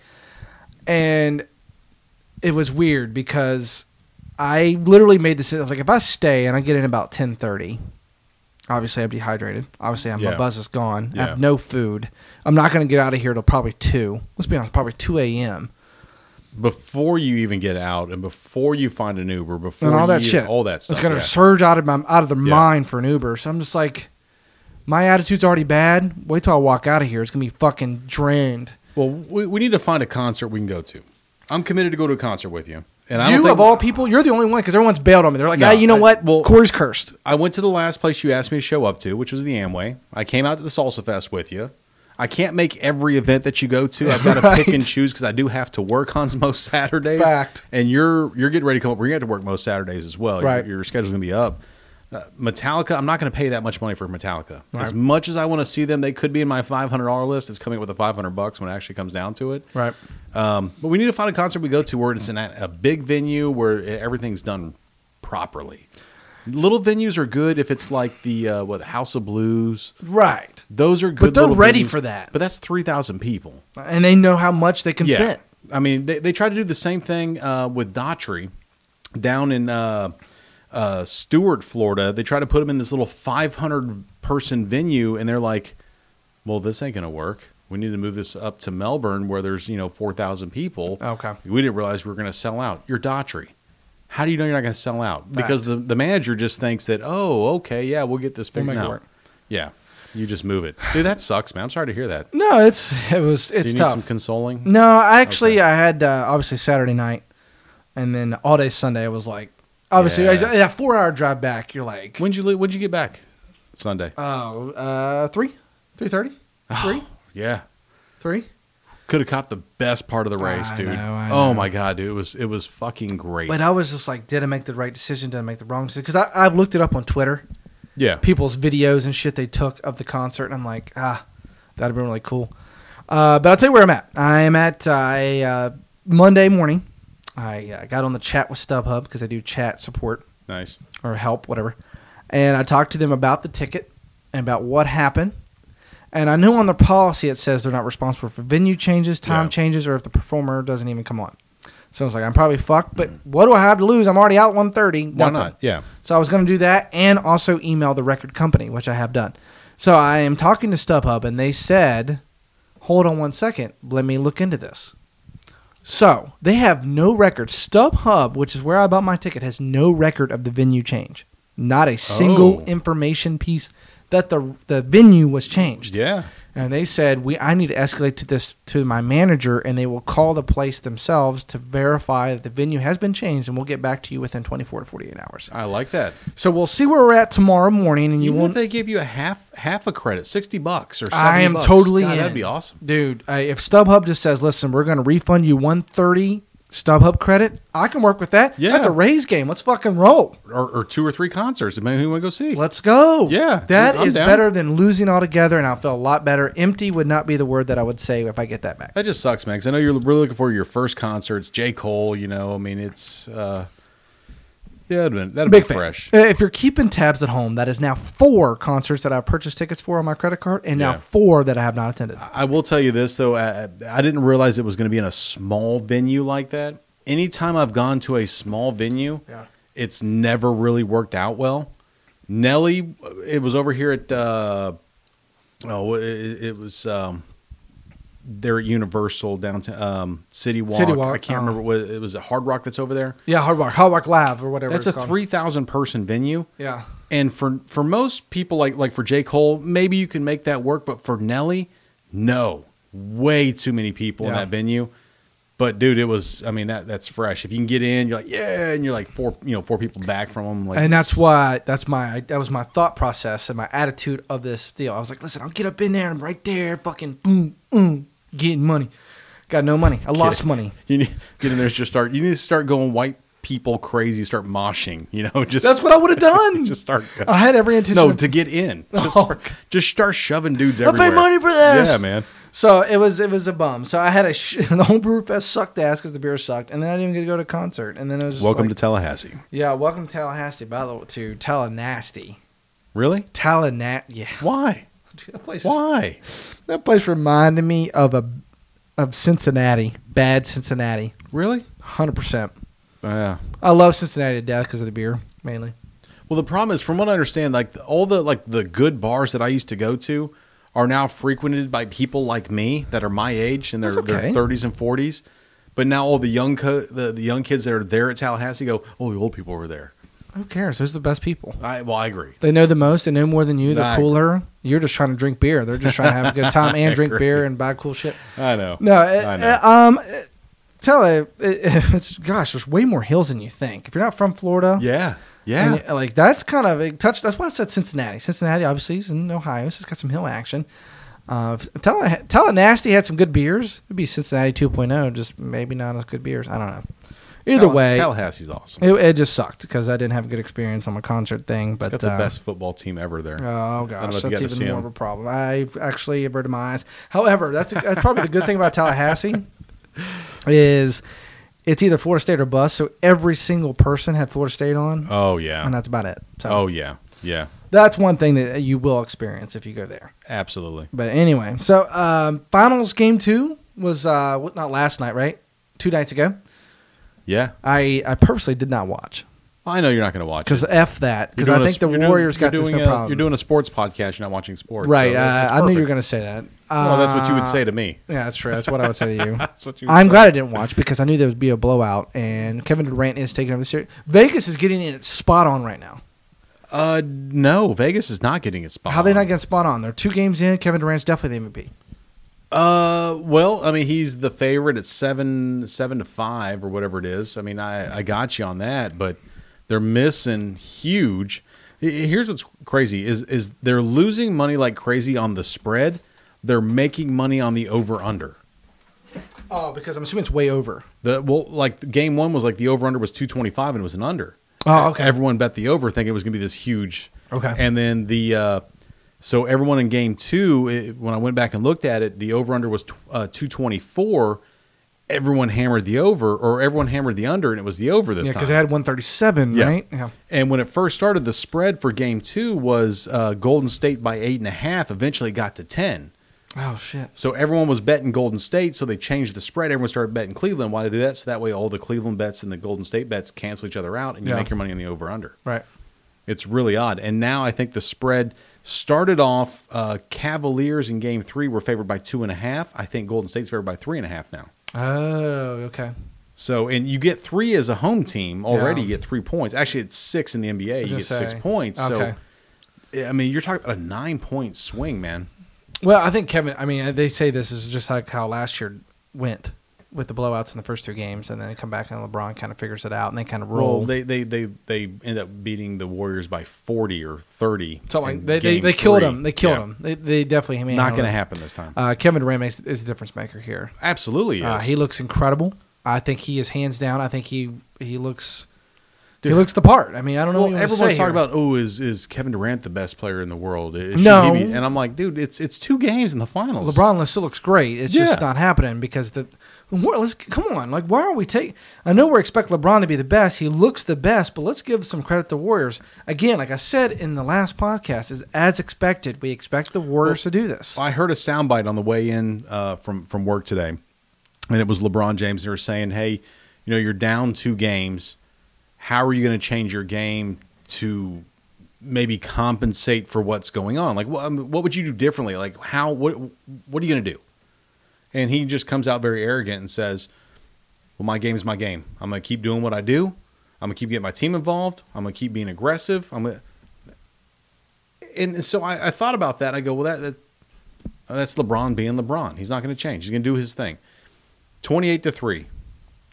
Speaker 3: and it was weird because I literally made this. I was like, if I stay and I get in about ten thirty. Obviously, I'm dehydrated. Obviously, I'm, my
Speaker 2: Yeah.
Speaker 3: buzz is gone. I
Speaker 2: Yeah.
Speaker 3: have no food. I'm not going to get out of here till probably 2. Let's be honest, probably 2 a.m.
Speaker 2: before you even get out and before you find an Uber, before
Speaker 3: and all that
Speaker 2: you-
Speaker 3: shit.
Speaker 2: all that stuff.
Speaker 3: It's gonna
Speaker 2: yeah.
Speaker 3: surge out of my out of their
Speaker 2: Yeah.
Speaker 3: mind for an Uber. So I'm just like, my attitude's already bad. Wait till I walk out of here. It's gonna be fucking drained.
Speaker 2: Well, we, we need to find a concert we can go to. I'm committed to go to a concert with you. And I
Speaker 3: you
Speaker 2: don't think,
Speaker 3: of all people, you're the only one because everyone's bailed on me. They're like,
Speaker 2: No,
Speaker 3: ah, you know
Speaker 2: I-
Speaker 3: what?
Speaker 2: well-
Speaker 3: Corey's cursed.
Speaker 2: I went to the last place you asked me to show up to, which was the Amway. I came out to the Salsa Fest with you. I can't make every event that you go to.
Speaker 3: (laughs)
Speaker 2: I've got to pick
Speaker 3: Right.
Speaker 2: and choose because I do have to work on (laughs) most Saturdays.
Speaker 3: Fact.
Speaker 2: And you're you're getting ready to come up. We're going to have to work most Saturdays as well. Your-
Speaker 3: Right.
Speaker 2: Your, schedule's going to be up. Uh, Metallica, I'm not going to pay that much money for Metallica. As
Speaker 3: Right.
Speaker 2: much as I want to see them, they could be in my $500 list. It's coming up with a 500 bucks when it actually comes down to it.
Speaker 3: Right.
Speaker 2: Um, but we need to find a concert we go to where it's in a, a big venue where e, everything's done properly. Little venues are good if it's like the uh, what House of Blues.
Speaker 3: Right.
Speaker 2: Those are good,
Speaker 3: they're
Speaker 2: little
Speaker 3: ready
Speaker 2: venues,
Speaker 3: for that.
Speaker 2: But that's three thousand people.
Speaker 3: And they know how much they can fit.
Speaker 2: I mean, they, they tried to do the same thing uh, with Daughtry down in uh, uh, Stewart, Florida. They tried to put him in this little 500 person venue, and they're like, well, this ain't going to work. We need to move this up to Melbourne where there's, you know, 4,000 people.
Speaker 3: Okay.
Speaker 2: We didn't realize we were going to sell out. You're Daughtry. How do you know you're not going to sell out? Because the, the manager just thinks that, oh, okay, yeah, we'll get this
Speaker 5: We'll
Speaker 2: figured
Speaker 5: make it
Speaker 2: out.
Speaker 5: work.
Speaker 2: Yeah. You just move it. Dude, that sucks, man. I'm sorry to hear that. Do
Speaker 3: No, it's it was
Speaker 2: you
Speaker 3: it's
Speaker 2: need
Speaker 3: tough.
Speaker 2: some consoling?
Speaker 3: No, I actually
Speaker 2: Okay.
Speaker 3: I had uh, obviously Saturday night, and then all day Sunday I was like, obviously
Speaker 2: Yeah.
Speaker 3: I, that four hour drive back. You're like,
Speaker 2: When'd you leave, when'd you get back? Sunday.
Speaker 3: oh, uh, three, three thirty, Uh, three,
Speaker 2: (sighs) yeah.
Speaker 3: three.
Speaker 2: Could have caught the best part of the race,
Speaker 3: I
Speaker 2: dude.
Speaker 3: know, I
Speaker 2: Oh
Speaker 3: know.
Speaker 2: my god, dude. It was it was fucking great.
Speaker 3: But uh, I was just like, did I make the right decision? Did I make the wrong decision? Because I've looked it up on Twitter,
Speaker 2: yeah.
Speaker 3: people's videos and shit they took of the concert, and I'm like, ah, that'd have been really cool. Uh, but I'll tell you where I'm at. I am at uh, a, uh, Monday morning. I uh, got on the chat with StubHub because I do chat support
Speaker 2: Nice.
Speaker 3: or help, whatever. And I talked to them about the ticket and about what happened. And I know on their policy it says they're not responsible for venue changes, time
Speaker 2: Yeah.
Speaker 3: changes, or if the performer doesn't even come on. So I was like, I'm probably fucked, but what do I have to lose? I'm already out 130.
Speaker 2: Why
Speaker 3: Nothing.
Speaker 2: not? Yeah.
Speaker 3: So I was going to do that and also email the record company, which I have done. So I am talking to StubHub, and they said, "Hold on one second, let me look into this." So they have no record. StubHub, which is where I bought my ticket, has no record of the venue change. Not a single
Speaker 2: Oh.
Speaker 3: information piece that the the venue was changed.
Speaker 2: Yeah.
Speaker 3: And they said, "We I need to escalate to this to my manager, and they will call the place themselves to verify that the venue has been changed, and we'll get back to you within 24 to 48 hours."
Speaker 2: I like that.
Speaker 3: So we'll see where we're at tomorrow morning, and you
Speaker 2: Even if
Speaker 3: won't.
Speaker 2: they gave you a half half a credit, sixty bucks or seventy
Speaker 3: I am
Speaker 2: bucks,
Speaker 3: totally
Speaker 2: God,
Speaker 3: in.
Speaker 2: that'd be awesome.
Speaker 3: dude. I, if StubHub just says, "Listen, we're going to refund you one thirty StubHub credit," I can work with that.
Speaker 2: Yeah.
Speaker 3: that's a raise game. Let's fucking roll.
Speaker 2: Or, or two or three concerts, depending on who you want to go see.
Speaker 3: Let's go.
Speaker 2: (laughs) Yeah,
Speaker 3: that
Speaker 2: dude, I'm
Speaker 3: is
Speaker 2: down.
Speaker 3: better than losing altogether, and I'll feel a lot better. Empty would not be the word that I would say if I get that back.
Speaker 2: that just sucks, man. Because I know you're really looking forward to your first concerts. J. Cole, you know, I mean, it's uh, yeah, that'd been, that'd
Speaker 3: Big
Speaker 2: be
Speaker 3: fan.
Speaker 2: fresh.
Speaker 3: Uh, If you're keeping tabs at home, that is now four concerts that I've purchased tickets for on my credit card, and now
Speaker 2: Yeah. Ah.
Speaker 3: four that I have not attended.
Speaker 2: I will tell you this though, I, I didn't realize it was going to be in a small venue like that. Anytime I've gone to a small venue,
Speaker 3: Yeah.
Speaker 2: it's never really worked out well. Nelly, it was over here at uh, oh, it, it was um, they're at Universal downtown um, City Walk.
Speaker 3: City Walk,
Speaker 2: I can't
Speaker 3: oh.
Speaker 2: remember what it was. It Hard Rock that's over there.
Speaker 3: Yeah, Hard Rock, Hard Rock Live or whatever.
Speaker 2: That's a
Speaker 3: it's called.
Speaker 2: three thousand person venue.
Speaker 3: Yeah,
Speaker 2: And for for most people, like like for J Cole, maybe you can make that work. But for Nelly, no, way too many people in
Speaker 3: Yeah.
Speaker 2: that venue. But dude, it was. I mean, that that's fresh. If you can get in, you're like, yeah, and you're like four, you know, four people back from them. Like,
Speaker 3: and that's why that's my that was my thought process and my attitude of this deal. I was like, listen, I'll get up in there. I'm right there, fucking boom, boom, getting money. Got no money. I lost money.
Speaker 2: you need get in there, just start. You need to start going white people crazy. Start moshing. You know, (laughs) just
Speaker 3: That's what I would have done.
Speaker 2: just start. Going.
Speaker 3: I had every intention.
Speaker 2: No,
Speaker 3: of-
Speaker 2: to
Speaker 3: (laughs)
Speaker 2: get in. Just,
Speaker 3: Oh,
Speaker 2: start, just start shoving dudes
Speaker 3: I paid
Speaker 2: everywhere.
Speaker 3: money for this.
Speaker 2: Yeah, man.
Speaker 3: so it was it was a bum. So I had a sh- (laughs) the whole brew fest sucked ass because the beer sucked, and then I didn't even get to go to a concert. And then it was just
Speaker 2: Welcome
Speaker 3: like,
Speaker 2: to Tallahassee.
Speaker 3: yeah, welcome to Tallahassee. By the way, to Tallanasty,
Speaker 2: Really?
Speaker 3: Tallanat. Yeah,
Speaker 2: Why?
Speaker 3: Dude, (laughs) that place is-
Speaker 2: Why?
Speaker 3: that place reminded me of a of Cincinnati, bad Cincinnati,
Speaker 2: Really?
Speaker 3: hundred percent.
Speaker 2: Yeah.
Speaker 3: I love Cincinnati to death because of the beer mainly.
Speaker 2: Well, the problem is, from what I understand, like the- all the like the good bars that I used to go to are now frequented by people like me that are my age and their
Speaker 3: That's okay.
Speaker 2: their thirties and forties. But now all the young co- the, the young kids that are there at Tallahassee go, oh, the old people were there.
Speaker 3: Who cares? Those are the best people.
Speaker 2: I well, I agree.
Speaker 3: They know the most. They know more than you. They're
Speaker 2: Nah, I-
Speaker 3: cooler. You're just trying to drink beer. They're just trying to have a good
Speaker 2: (laughs)
Speaker 3: time and drink beer and buy cool shit.
Speaker 2: I know.
Speaker 3: No,
Speaker 2: I know.
Speaker 3: uh, uh, um, uh, tell it, it, (laughs) it's gosh, there's way more hills than you think. If you're not from Florida,
Speaker 2: yeah,
Speaker 3: and e-,
Speaker 2: yeah.
Speaker 3: you- like that's kind of it touched. That's why I said Cincinnati. Cincinnati obviously is in Ohio, so it's got some hill action. Uh, if Talla- Tallanasty had some good beers. It'd be Cincinnati 2.0, just maybe not as good beers. I don't know. Either
Speaker 2: Tall-
Speaker 3: way,
Speaker 2: Tallahassee's awesome.
Speaker 3: it, it just sucked because I didn't have a good experience on my concert thing. But
Speaker 2: it's got the
Speaker 3: uh,
Speaker 2: best football team ever there.
Speaker 3: Oh
Speaker 2: don't know
Speaker 3: gosh,
Speaker 2: if you
Speaker 3: that's
Speaker 2: got to see
Speaker 3: even more
Speaker 2: him.
Speaker 3: of a problem. I actually averted my eyes. However, that's a, that's probably the good thing about Tallahassee
Speaker 2: (laughs)
Speaker 3: is it's either Florida State or bus. So every single person had Florida State on,
Speaker 2: oh yeah.
Speaker 3: and that's about it. So
Speaker 2: Oh yeah. Yeah.
Speaker 3: that's one thing that you will experience if you go there.
Speaker 2: Absolutely.
Speaker 3: But anyway, so um, finals game two was uh, what- not last night, right? Two nights ago.
Speaker 2: Yeah.
Speaker 3: I I purposely did not watch
Speaker 2: I know you're not going to watch it.
Speaker 3: because f that because
Speaker 2: You're
Speaker 3: I
Speaker 2: doing a
Speaker 3: think
Speaker 2: sp-
Speaker 3: the
Speaker 2: you're doing-
Speaker 3: Warriors
Speaker 2: you're
Speaker 3: got this
Speaker 2: doing
Speaker 3: no
Speaker 2: a-
Speaker 3: problem.
Speaker 2: You're doing a sports podcast. You're not watching sports,
Speaker 3: right.
Speaker 2: so
Speaker 3: uh,
Speaker 2: it's
Speaker 3: I knew you were
Speaker 2: perfect.
Speaker 3: going to say that.
Speaker 2: Well, that's what you would say to
Speaker 3: Uh,
Speaker 2: me.
Speaker 3: Yeah, that's true. That's what I would say to you.
Speaker 2: That's what (laughs) you. Would
Speaker 3: I'm
Speaker 2: say.
Speaker 3: glad I didn't watch because I knew there would be a blowout, and Kevin Durant is taking over the series. Vegas is getting it spot on right now.
Speaker 2: Uh, no, Vegas is not getting its spot.
Speaker 3: How they
Speaker 2: on.
Speaker 3: not getting spot on? They're two games in. Kevin Durant's definitely the MVP.
Speaker 2: Uh, well, I mean, he's the favorite at seven, seven to five or whatever it is. I mean, I I got you on that, but they're missing huge. H- Here's what's crazy is is they're losing money like crazy on the spread. They're making money on the over under.
Speaker 3: Oh, because I'm assuming it's way over.
Speaker 2: The well, like game one was like the over under was two twenty five and it was an under.
Speaker 3: Oh, okay.
Speaker 2: Everyone bet the over, thinking it was going to be this huge.
Speaker 3: Okay.
Speaker 2: And then the uh, so everyone in game two, it, when I went back and looked at it, the over under was tw- uh, two twenty four. Everyone hammered the over, or everyone hammered the under, and it was the over this
Speaker 3: yeah,
Speaker 2: time.
Speaker 3: because they had 137,
Speaker 2: Yeah.
Speaker 3: right? Yeah.
Speaker 2: And when it first started, the spread for game two was uh, Golden State by eight and a half. Eventually, got to ten.
Speaker 3: Oh shit.
Speaker 2: So everyone was betting Golden State, so they changed the spread. Everyone started betting Cleveland. Why do they do that? So that way, all the Cleveland bets and the Golden State bets cancel each other out, and you
Speaker 3: Yeah.
Speaker 2: make your money on the over under.
Speaker 3: Right.
Speaker 2: It's really odd. And now I think the spread started off. Uh, Cavaliers in Game Three were favored by two and a half. I think Golden State's favored by three and a half now.
Speaker 3: Oh, okay.
Speaker 2: So, and you get three as a home team already.
Speaker 3: Yeah.
Speaker 2: You get three points. Actually, it's six in the NBA.
Speaker 3: was
Speaker 2: You get
Speaker 3: gonna
Speaker 2: six
Speaker 3: say.
Speaker 2: points.
Speaker 3: Okay.
Speaker 2: So, I mean, you're talking about a nine point swing, man.
Speaker 3: Well, I think Kevin. I mean, they say this is just like how last year went with the blowouts in the first two games, and then they come back and LeBron kind of figures it out, and they kind of roll.
Speaker 2: Well, they, they they they end up beating the Warriors by forty or thirty.
Speaker 3: so like
Speaker 2: in
Speaker 3: they, they,
Speaker 2: game
Speaker 3: they killed
Speaker 2: three.
Speaker 3: him. They killed
Speaker 2: Yeah.
Speaker 3: him. They, they definitely
Speaker 2: Not
Speaker 3: manhandled
Speaker 2: going to
Speaker 3: him.
Speaker 2: happen this time.
Speaker 3: Uh, Kevin Durant makes, is a difference maker here.
Speaker 2: Absolutely, is.
Speaker 3: Uh, he looks incredible. I think he is hands down. I think he he looks he
Speaker 2: Dude.
Speaker 3: looks the part. I mean, I don't know.
Speaker 2: Well,
Speaker 3: what you wanna
Speaker 2: everyone's
Speaker 3: say
Speaker 2: talking
Speaker 3: here.
Speaker 2: about, oh, is is Kevin Durant the best player in the world? It- it should
Speaker 3: No.
Speaker 2: he be? and I'm like, dude, it's it's two games in the finals.
Speaker 3: LeBron still looks great. It's just
Speaker 2: Yeah.
Speaker 3: not happening because the. What, let's come on. Like, why are we taking? I know we expect LeBron to be the best. He looks the best, but let's give some credit to Warriors again. Like I said in the last podcast, is as expected. We expect the Warriors to do this.
Speaker 2: I heard a soundbite on the way in uh, from from work today, and it was LeBron James. They were saying, hey, you know, you're down two games. How are you going to change your game to maybe compensate for what's going on? Like, what, what would you do differently? Like, how? What What are you going to do? And he just comes out very arrogant and says, Well, my game is my game. I'm going to keep doing what I do. I'm going to keep getting my team involved. I'm going to keep being aggressive. I'm going to. And so I, I thought about that. I go, Well, that, that uh, that's LeBron being LeBron. He's not going to change. He's going to do his thing. 28 to 3.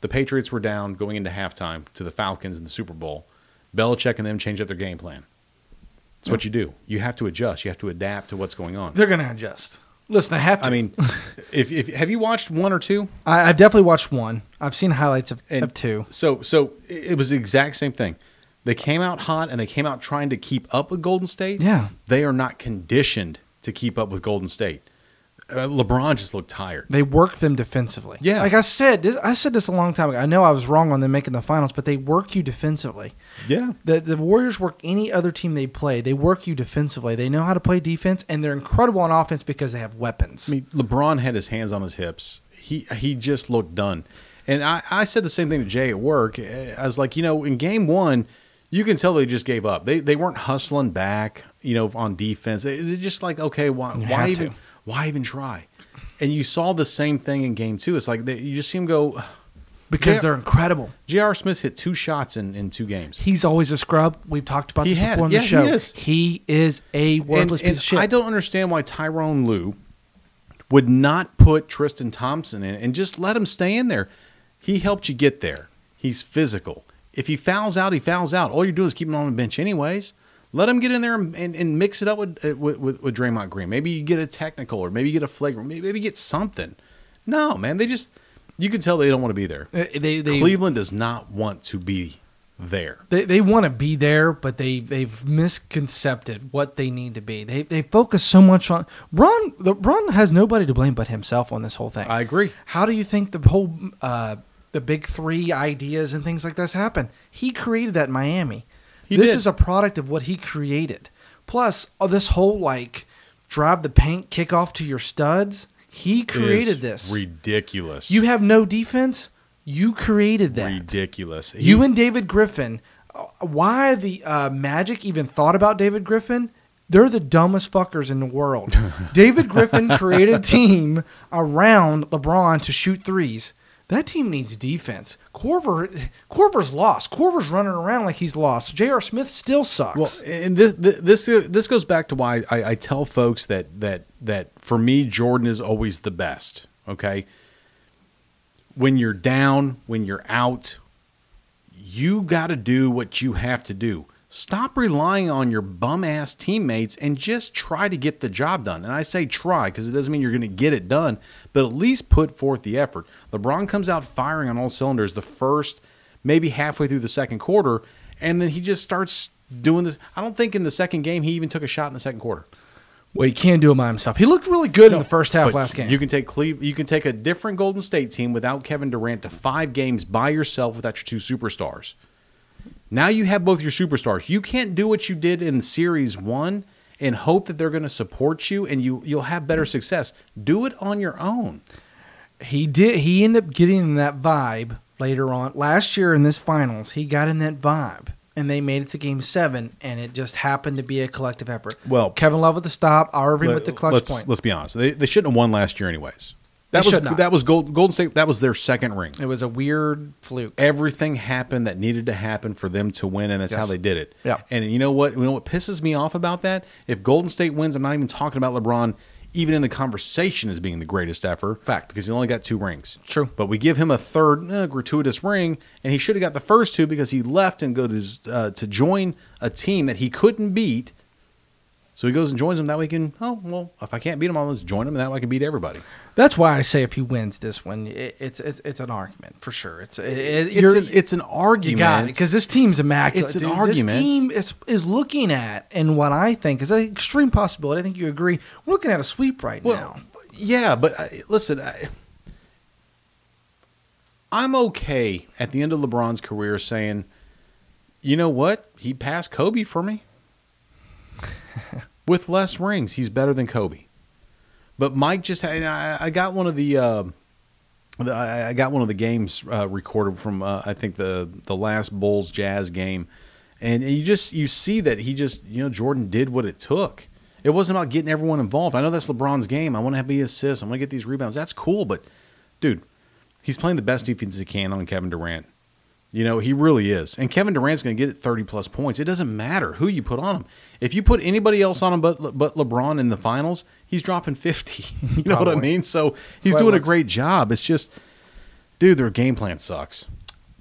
Speaker 2: The Patriots were down going into halftime to the Falcons in the Super Bowl. Belichick and them changed up their game plan. It's what you do. You have to adjust. You have to adapt to what's going on.
Speaker 3: They're going to adjust. Listen, I have to.
Speaker 2: I mean, if, if have you watched one or two?
Speaker 3: I, I've definitely watched one. I've seen highlights of,
Speaker 2: And
Speaker 3: of two.
Speaker 2: So so it was the exact same thing. They came out hot and they came out trying to keep up with Golden State.
Speaker 3: Yeah.
Speaker 2: They are not conditioned to keep up with Golden State. Uh, LeBron just looked tired.
Speaker 3: They work them defensively.
Speaker 2: Yeah.
Speaker 3: like I said, this, I said this a long time ago. I know I was wrong on them making the finals, but they work you defensively.
Speaker 2: Yeah.
Speaker 3: The the Warriors work any other team they play. They work you defensively. They know how to play defense, and they're incredible on offense because they have weapons.
Speaker 2: I mean, LeBron had his hands on his hips. He he just looked done. And I, I said the same thing to Jay at work. I was like, you know, in game one, you can tell they just gave up. They they weren't hustling back, you know, on defense. They, they're just like, okay, why why
Speaker 5: have
Speaker 2: even
Speaker 5: to.
Speaker 2: why even try? And you saw the same thing in game two. It's like they, you just see him go.
Speaker 3: because
Speaker 2: Yeah.
Speaker 3: they're incredible.
Speaker 2: J.R. Smith hit two shots in, in two games.
Speaker 3: He's always a scrub. We've talked about
Speaker 2: He
Speaker 3: this
Speaker 2: had-
Speaker 3: before on
Speaker 2: yeah,
Speaker 3: the
Speaker 2: he
Speaker 3: show.
Speaker 2: is.
Speaker 3: He is a worthless
Speaker 2: and,
Speaker 3: piece of shit.
Speaker 2: I don't understand why Tyrone Lou would not put Tristan Thompson in and just let him stay in there. He helped you get there. He's physical. If he fouls out, he fouls out. All you're doing is keeping him on the bench, anyways. Let him get in there and, and, and mix it up with, uh, with with with Draymond Green. Maybe you get a technical, or maybe you get a flagrant. Maybe, maybe you get something. No, man, they just you can tell they don't want to be there.
Speaker 3: Uh, They they
Speaker 2: Cleveland does not want to be there.
Speaker 3: they, they want to be there, but they they've misconcepted what they need to be. They they focus so much on Ron. The, Ron has nobody to blame but himself on this whole thing.
Speaker 2: I agree.
Speaker 3: How do you think the whole uh, the big three ideas and things like this happen? He created that in Miami.
Speaker 2: He
Speaker 3: this
Speaker 2: did.
Speaker 3: is a product of what he created. Plus, oh, this whole like drive the paint, kick off to your studs. He created
Speaker 2: It's
Speaker 3: this.
Speaker 2: ridiculous.
Speaker 3: you have no defense. You created that.
Speaker 2: ridiculous. He-
Speaker 3: You and David Griffin. uh, Why the uh, Magic even thought about David Griffin? They're the dumbest fuckers in the
Speaker 2: (laughs)
Speaker 3: world. David Griffin created a team around LeBron to shoot threes. That team needs defense. Corver, Corver's lost. Corver's running around like he's lost. J.R. Smith still sucks.
Speaker 2: Well, and this this uh, this goes back to why I, I tell folks that that that for me Jordan is always the best. Okay, when you're down, when you're out, you got to do what you have to do. Stop relying on your bum ass teammates and just try to get the job done. And I say try because it doesn't mean you're going to get it done, but at least put forth the effort. LeBron comes out firing on all cylinders the first, maybe halfway through the second quarter, and then he just starts doing this. I don't think in the second game he even took a shot in the second quarter.
Speaker 3: well, he can do it by himself. He looked really good in the first half
Speaker 2: But
Speaker 3: last game.
Speaker 2: You can take Cleve, you can take a different Golden State team without Kevin Durant to five games by yourself without your two superstars. Now you have both your superstars. You can't do what you did in series one and hope that they're going to support you and you you'll have better success. Do it on your own.
Speaker 3: he did. He ended up getting that vibe later on last year in this finals. He got in that vibe, and they made it to Game Seven, and it just happened to be a collective effort.
Speaker 2: Well-
Speaker 3: Kevin Love with the stop, Irving
Speaker 2: Let-
Speaker 3: with the clutch
Speaker 2: let's,
Speaker 3: point.
Speaker 2: Let's be honest. They, they shouldn't have won last year anyways. That
Speaker 3: They
Speaker 2: was
Speaker 3: should not.
Speaker 2: that was Gold, Golden State. That was their second ring.
Speaker 3: It was a weird fluke.
Speaker 2: everything happened that needed to happen for them to win, and that's how
Speaker 3: Yes.
Speaker 2: they did it.
Speaker 3: Yeah.
Speaker 2: And you know what? You know what pisses me off about that? If Golden State wins, I'm not even talking about LeBron, even in the conversation as being the greatest ever.
Speaker 3: Fact.
Speaker 2: because he only got two rings.
Speaker 3: True.
Speaker 2: But we give him a third eh, gratuitous ring, and he should have got the first two because he left and go to his- uh, to join a team that he couldn't beat. So he goes and joins them. That way he can, oh, well, if I can't beat them, I'll just join them, and that way I can beat everybody.
Speaker 3: That's why I say if he wins this one, it, it's it's it's an argument for sure. It's it, it-
Speaker 2: It's
Speaker 3: you're-
Speaker 2: an, it's an argument.
Speaker 3: You got it because this team's immaculate.
Speaker 2: It's an
Speaker 3: dude.
Speaker 2: argument.
Speaker 3: This team is is looking at, and what I think is an extreme possibility. I think you agree. We're looking at a sweep right now.
Speaker 2: yeah, but I, listen, I, I'm okay at the end of LeBron's career saying, you know what? He passed Kobe for me. With less rings, he's better than Kobe. But Mike just had, and I, I got one of the. Uh, the- I I got one of the games uh, recorded from uh, I think the the last Bulls Jazz game, and you just you see that he just you know Jordan did what it took, It wasn't about getting everyone involved. I know that's LeBron's game. I want to have the assists. I want to get these rebounds. That's cool, but dude, he's playing the best defense he can on Kevin Durant. You know, he really is. And Kevin Durant's going to get 30 plus points. It doesn't matter who you put on him. If you put anybody else on him but Le- but LeBron in the finals, he's dropping 50. (laughs) you know what I
Speaker 3: Probably.
Speaker 2: mean? So he's
Speaker 3: why it
Speaker 2: doing a
Speaker 3: looks-
Speaker 2: great job. It's just dude, their game plan sucks.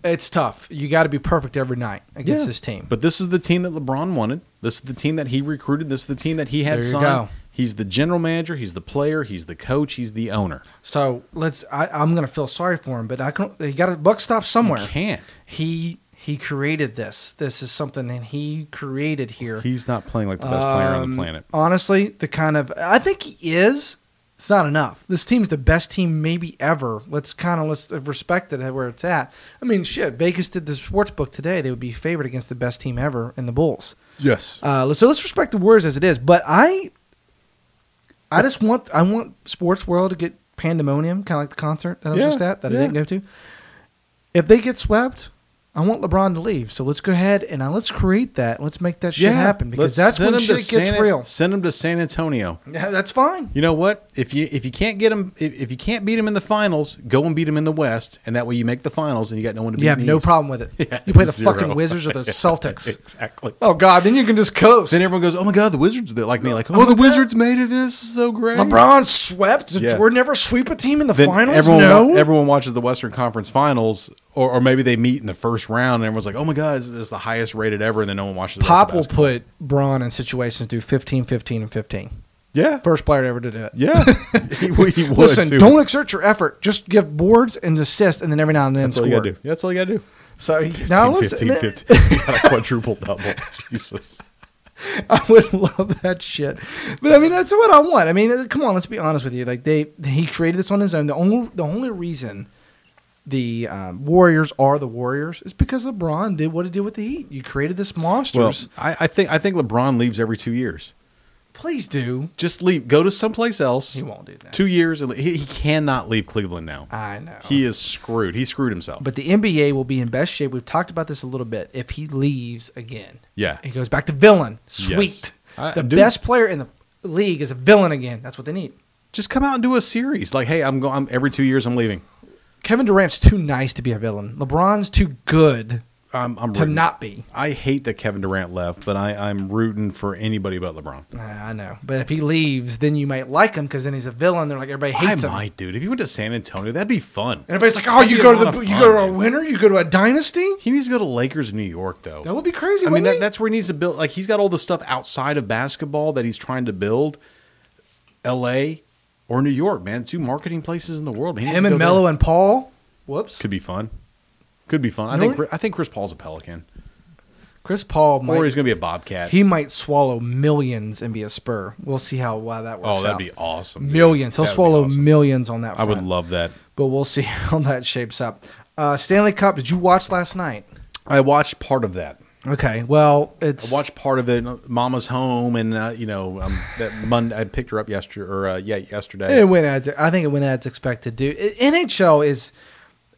Speaker 3: It's tough. You got to be perfect every night against this team.
Speaker 2: But this is the team that LeBron wanted. This is the team that he recruited. This is the team that he
Speaker 3: There
Speaker 2: had
Speaker 3: you
Speaker 2: signed.
Speaker 3: go.
Speaker 2: He's the general manager. He's the player. He's the coach. He's the owner.
Speaker 3: So let's. I, I'm gonna feel sorry for him, but I can. You got to buck stop somewhere.
Speaker 2: You can't.
Speaker 3: He he created this. This is something that he created here.
Speaker 2: He's not playing like the best player on the
Speaker 3: Um,
Speaker 2: planet.
Speaker 3: Honestly, the kind of I think he is. It's not enough. This team's the best team maybe ever. Let's kind of let's respect it at where it's at. I mean, shit. Vegas did the sports book today. They would be favored against the best team ever in the Bulls.
Speaker 2: Yes.
Speaker 3: Uh, let's- so let's respect the Warriors as it is. But I, I just want I want sports world to get pandemonium, kind of like the concert that I was
Speaker 2: Yeah,
Speaker 3: just at that
Speaker 2: yeah.
Speaker 3: I didn't go to. If they get swept, I want LeBron to leave. So let's go ahead and now let's create that. Let's make that shit happen because that's when shit gets real.
Speaker 2: Send him to San Antonio.
Speaker 3: Yeah, that's fine.
Speaker 2: You know what? If you if you can't get him, if, if you can't beat him in the finals, go and beat him in the West, and that way you make the finals, and you got no one to beat.
Speaker 3: You
Speaker 2: in
Speaker 3: have
Speaker 2: the
Speaker 3: no
Speaker 2: East.
Speaker 3: problem with it.
Speaker 2: Yeah,
Speaker 3: you play the
Speaker 2: zero.
Speaker 3: fucking Wizards
Speaker 2: (laughs)
Speaker 3: or the Celtics.
Speaker 2: Exactly.
Speaker 3: Oh God, then you can just coast.
Speaker 2: Then everyone goes, "Oh my God, the Wizards!" They're like me, like, "Oh,
Speaker 3: my
Speaker 2: the
Speaker 3: God.
Speaker 2: Wizards made it. This is so great."
Speaker 3: LeBron swept.
Speaker 2: Yeah.
Speaker 3: We're never sweep a team in the
Speaker 2: then
Speaker 3: finals.
Speaker 2: everyone
Speaker 3: no,
Speaker 2: wa- everyone watches the Western Conference Finals, or, or maybe they meet in the first round, and everyone's like, "Oh my god, this is the highest rated ever," and then no one watches. The rest of
Speaker 3: Pop will
Speaker 2: basketball.
Speaker 3: put Braun in situations do 15, 15, and 15.
Speaker 2: yeah,
Speaker 3: First player to ever to do it. (laughs)
Speaker 2: yeah. he, he would
Speaker 3: Listen,
Speaker 2: too.
Speaker 3: don't exert your effort. Just give boards and assist, and then every now and then
Speaker 2: That's all
Speaker 3: score.
Speaker 2: you gotta do. That's all you gotta do. (laughs)
Speaker 3: So he-
Speaker 2: 15,
Speaker 3: now listen,
Speaker 2: 15, 15. You (laughs) got a quadruple double. Jesus.
Speaker 3: (laughs) I would love that shit. But I mean, that's what I want. I mean, uh, come on, let's be honest with you. Like they, he created this on his own. The only, the only reason the um, Warriors are the Warriors is because LeBron did what he did with the Heat. You created this
Speaker 2: Well,
Speaker 3: monsters.
Speaker 2: I, I think I think LeBron leaves every two years.
Speaker 3: Please do.
Speaker 2: Just leave. Go to someplace else.
Speaker 3: He won't do that.
Speaker 2: Two years. and le- He, he cannot leave Cleveland now.
Speaker 3: I know.
Speaker 2: He is screwed. He screwed himself.
Speaker 3: But the NBA will be in best shape. We've talked about this a little bit. If he leaves again,
Speaker 2: Yeah.
Speaker 3: he goes back to villain. Sweet,
Speaker 2: I-
Speaker 3: the
Speaker 2: dude.
Speaker 3: best player in the league is a villain again. That's what they need.
Speaker 2: just come out and do a series. Like, hey, I'm going. I'm, every two years, I'm leaving.
Speaker 3: Kevin Durant's too nice to be a villain. LeBron's too good
Speaker 2: I'm, I'm
Speaker 3: to
Speaker 2: rooting.
Speaker 3: not be.
Speaker 2: I hate that Kevin Durant left, but I, I'm rooting for anybody but LeBron.
Speaker 3: Nah, I know, but if he leaves, then you might like him because then he's a villain. They're like everybody
Speaker 2: I
Speaker 3: hates him.
Speaker 2: might, dude. If he went to San Antonio, that'd be fun.
Speaker 3: And everybody's like, oh,
Speaker 2: That'd
Speaker 3: you
Speaker 2: be
Speaker 3: go
Speaker 2: a
Speaker 3: to the
Speaker 2: lot of
Speaker 3: you
Speaker 2: fun,
Speaker 3: go to a
Speaker 2: man.
Speaker 3: winner, you go to a dynasty.
Speaker 2: He needs to go to Lakers, New York, though.
Speaker 3: That would be crazy.
Speaker 2: I mean,
Speaker 3: wouldn't
Speaker 2: that,
Speaker 3: it?
Speaker 2: that's where he needs to build. Like, he's got all the stuff outside of basketball that he's trying to build. L.A. or New York, man, two marketing places in the world. Man. He needs
Speaker 3: him
Speaker 2: to
Speaker 3: and
Speaker 2: go there.
Speaker 3: Melo and Paul. Whoops,
Speaker 2: could be fun. Could be fun. I
Speaker 3: You know
Speaker 2: think.
Speaker 3: what-
Speaker 2: I think Chris Paul's a Pelican,
Speaker 3: Chris Paul
Speaker 2: or
Speaker 3: might
Speaker 2: he's gonna be a Bobcat.
Speaker 3: He might swallow millions and be a spur. We'll see how well that works.
Speaker 2: oh, that'd
Speaker 3: out.
Speaker 2: be awesome. dude.
Speaker 3: millions. He'll
Speaker 2: That'd be
Speaker 3: swallow
Speaker 2: awesome.
Speaker 3: millions on that.
Speaker 2: I would
Speaker 3: front.
Speaker 2: love that.
Speaker 3: but we'll (laughs) see how that shapes up. Uh, Stanley Cup. Did you watch last night?
Speaker 2: I watched part of that.
Speaker 3: Okay. Well, it's
Speaker 2: I watched part of it. Mama's home, and uh, you know um, that Monday. I picked her up yesterday, or uh, yeah, yesterday.
Speaker 3: it went as I think it went as expected, dude. I- NHL is,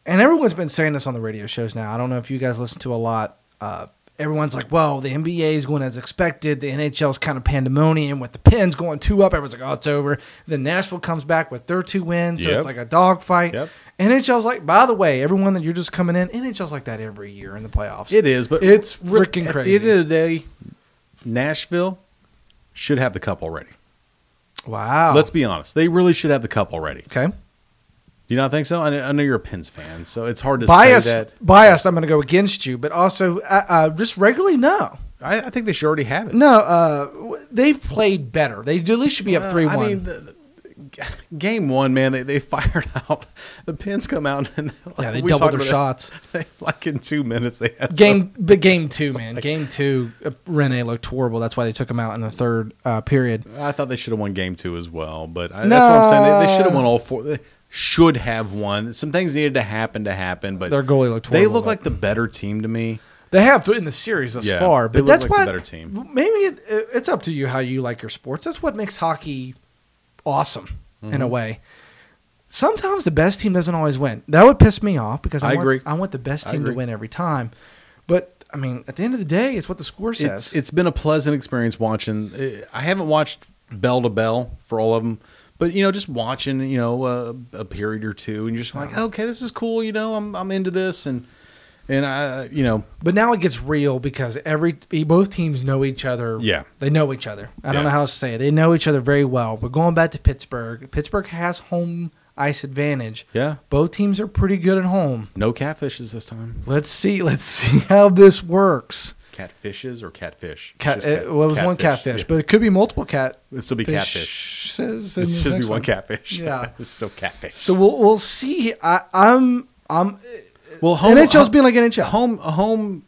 Speaker 3: and everyone's been saying this on the radio shows now. I don't know if you guys listen to a lot. Uh, everyone's like, "Well, the NBA is going as expected. The NHL's kind of pandemonium with the Pens going two up. Everyone's like, oh, it's over." Then Nashville comes back with their two wins, so
Speaker 2: Yep.
Speaker 3: it's like a dogfight.
Speaker 2: Yep.
Speaker 3: NHL's like, by the way, everyone that you're just coming in, NHL's like that every year in the playoffs.
Speaker 2: It is, but
Speaker 3: It's
Speaker 2: re-
Speaker 3: freaking
Speaker 2: at
Speaker 3: crazy.
Speaker 2: the end of the day, Nashville should have the cup already.
Speaker 3: Wow.
Speaker 2: Let's be honest; they really should have the cup already. Do
Speaker 3: okay.
Speaker 2: you not think so? I know, I know you're a Pens fan, so it's hard to
Speaker 3: Biased,
Speaker 2: say that.
Speaker 3: biased. I'm going to go against you, but also uh, uh, just regularly, no.
Speaker 2: I, I think they should already have it.
Speaker 3: No, uh, w- they've played better. They at least should be up
Speaker 2: Uh,
Speaker 3: three
Speaker 2: I
Speaker 3: one.
Speaker 2: mean, the- the- game one, man, they, (laughs) they fired out. The Pens come out and
Speaker 3: yeah, they
Speaker 2: we
Speaker 3: doubled
Speaker 2: talked
Speaker 3: their
Speaker 2: about it.
Speaker 3: shots.
Speaker 2: They, (laughs) like in two minutes, they had some-
Speaker 3: Game, but game two, man, game two. Uh, Rene looked horrible. That's why they took him out in the third uh, period.
Speaker 2: I thought they should have won game two as well, but I, that's what I'm saying. They, they should have won all four. They should have won. Some things needed to happen to happen, but
Speaker 3: Their goalie looked
Speaker 2: They
Speaker 3: horrible,
Speaker 2: look
Speaker 3: but-
Speaker 2: like the better team to me.
Speaker 3: They have in the series thus
Speaker 2: Yeah,
Speaker 3: far,
Speaker 2: they
Speaker 3: but
Speaker 2: look
Speaker 3: that's
Speaker 2: like the
Speaker 3: why
Speaker 2: better team.
Speaker 3: Maybe it, it- it's up to you how you like your sports. That's what makes hockey awesome in
Speaker 2: Mm-hmm.
Speaker 3: a way. Sometimes the best team doesn't always win. That would piss me off because I,
Speaker 2: I
Speaker 3: want,
Speaker 2: agree.
Speaker 3: I want the best
Speaker 2: I
Speaker 3: team to
Speaker 2: agree.
Speaker 3: win every time. But I mean, at the end of the day, it's what the score says.
Speaker 2: It's it's been a pleasant experience watching. I haven't watched bell to bell for all of them. But you know, just watching you know uh, a period or two, and you're just
Speaker 3: Uh-huh.
Speaker 2: like, okay, this is cool. You know, I'm I'm into this, and and I you know
Speaker 3: But now it gets real because every e, both teams know each other.
Speaker 2: Yeah.
Speaker 3: they know each other. I don't
Speaker 2: Yeah.
Speaker 3: know how else to say it. They know each other very well. But going back to Pittsburgh, Pittsburgh has home ice advantage.
Speaker 2: yeah,
Speaker 3: Both teams are pretty good at home.
Speaker 2: no catfishes this time.
Speaker 3: Let's see. (laughs) Let's see how this works.
Speaker 2: Catfishes or catfish? It's
Speaker 3: Cat,
Speaker 2: just
Speaker 3: uh, well, it was one catfish, but it could be multiple cat.
Speaker 2: Yeah. this will be catfish.
Speaker 3: Says in
Speaker 2: This
Speaker 3: this
Speaker 2: should be
Speaker 3: next
Speaker 2: one catfish.
Speaker 3: Yeah.
Speaker 2: (laughs) it's so catfish.
Speaker 3: So we'll we'll see. I, I'm I'm
Speaker 2: Well, home,
Speaker 3: NHL's being like NHL.
Speaker 2: home home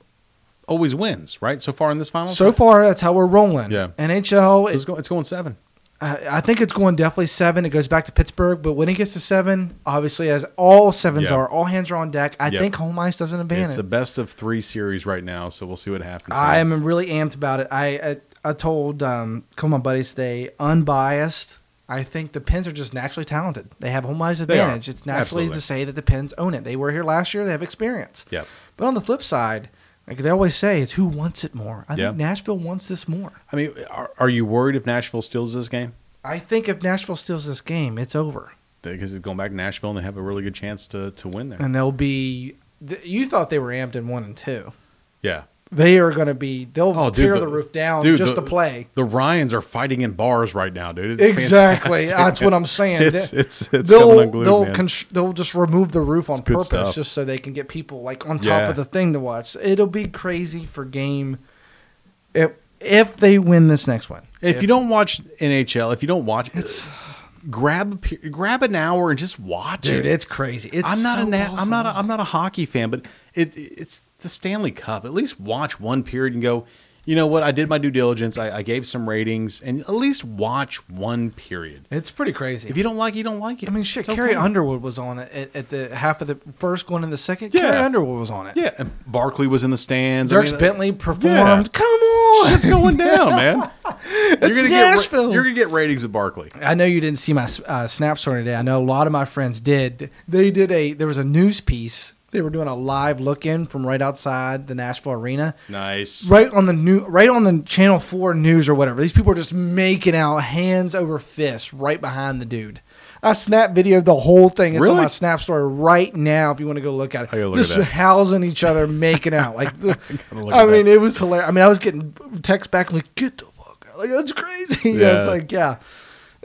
Speaker 2: always wins, right? So far in this final,
Speaker 3: so far, that's how we're rolling.
Speaker 2: Yeah.
Speaker 3: NHL.
Speaker 2: it's
Speaker 3: It,
Speaker 2: going, it's going seven.
Speaker 3: I I think it's going definitely seven. It goes back to Pittsburgh, but when it gets to seven, obviously, as all sevens
Speaker 2: Yeah.
Speaker 3: are, all hands are on deck. I
Speaker 2: Yeah.
Speaker 3: think home ice doesn't
Speaker 2: It's
Speaker 3: advantage.
Speaker 2: the best of three series right now, so we'll see what happens.
Speaker 3: I
Speaker 2: man.
Speaker 3: am really amped about it. I I, I told um, a couple of my buddies today, unbiased. I think the Pens are just naturally talented. They have home ice
Speaker 2: are.
Speaker 3: advantage. It's naturally
Speaker 2: Absolutely.
Speaker 3: to say that the Pens own it. They were here last year. They have experience.
Speaker 2: Yeah.
Speaker 3: But on the flip side, like they always say, it's who wants it more. I
Speaker 2: Yeah.
Speaker 3: think Nashville wants this more.
Speaker 2: I mean, are, are you worried if Nashville steals this game?
Speaker 3: I think if Nashville steals this game, it's over,
Speaker 2: Because it's going back to Nashville and they have a really good chance to, to win there.
Speaker 3: and they'll be. th- You thought they were amped in one and two.
Speaker 2: Yeah.
Speaker 3: They are going to be. They'll
Speaker 2: Oh, dude,
Speaker 3: tear
Speaker 2: the-
Speaker 3: the, roof down
Speaker 2: dude,
Speaker 3: just
Speaker 2: the-
Speaker 3: to play.
Speaker 2: The Ryans are fighting in bars right now, dude. It's
Speaker 3: Exactly.
Speaker 2: fantastic.
Speaker 3: That's what I'm saying.
Speaker 2: (laughs) It's,
Speaker 3: They-
Speaker 2: it's, it's coming
Speaker 3: they'll
Speaker 2: unglued,
Speaker 3: they'll
Speaker 2: man.
Speaker 3: constr- they'll just remove the roof on
Speaker 2: good
Speaker 3: purpose
Speaker 2: stuff.
Speaker 3: just so they can get people like on top
Speaker 2: Yeah.
Speaker 3: of the thing to watch. It'll be crazy for game if if they win this next one.
Speaker 2: if you don't watch NHL, if you don't watch it, grab a pe- grab an hour and just watch it.
Speaker 3: Dude, it's crazy. It's
Speaker 2: I'm not
Speaker 3: so
Speaker 2: a na- I'm
Speaker 3: awesome.
Speaker 2: not a, I'm not a hockey fan, but it it's the Stanley Cup. At least watch one period and go. You know what? I did my due diligence. I, I gave some ratings, and at least watch one period.
Speaker 3: It's pretty crazy.
Speaker 2: If you don't like, it, you don't like it.
Speaker 3: I mean, shit.
Speaker 2: It's okay.
Speaker 3: Carrie Underwood was on it at, at the half of the first going into the second.
Speaker 2: Yeah.
Speaker 3: Carrie Underwood was on it.
Speaker 2: Yeah, and Barkley was in the stands. I
Speaker 3: Dirks
Speaker 2: mean,
Speaker 3: Bentley performed.
Speaker 2: yeah.
Speaker 3: Come on.
Speaker 2: Shit's
Speaker 3: (laughs)
Speaker 2: going down, man. You're gonna Get,
Speaker 3: Nashville.
Speaker 2: ra- you're gonna get ratings with Barkley.
Speaker 3: I know you didn't see my uh, snap story today. I know a lot of my friends did. They did a there was a news piece. They were doing a live look in from right outside the Nashville arena,
Speaker 2: Nice.
Speaker 3: right on the new, right on the Channel Four news or whatever. These people are just making out hands over fists right behind the dude. I snap videoed the whole thing. It's on
Speaker 2: Really?
Speaker 3: my snap story right now. If you want to go look at it,
Speaker 2: I gotta look at
Speaker 3: just
Speaker 2: that.
Speaker 3: housing each other, making out.
Speaker 2: (laughs)
Speaker 3: Like, the-
Speaker 2: look
Speaker 3: I
Speaker 2: at
Speaker 3: mean, it was hilarious. I mean, I was getting text back like, "Get the fuck out!" Like that's crazy. (laughs) I was
Speaker 2: Yeah.
Speaker 3: like, yeah.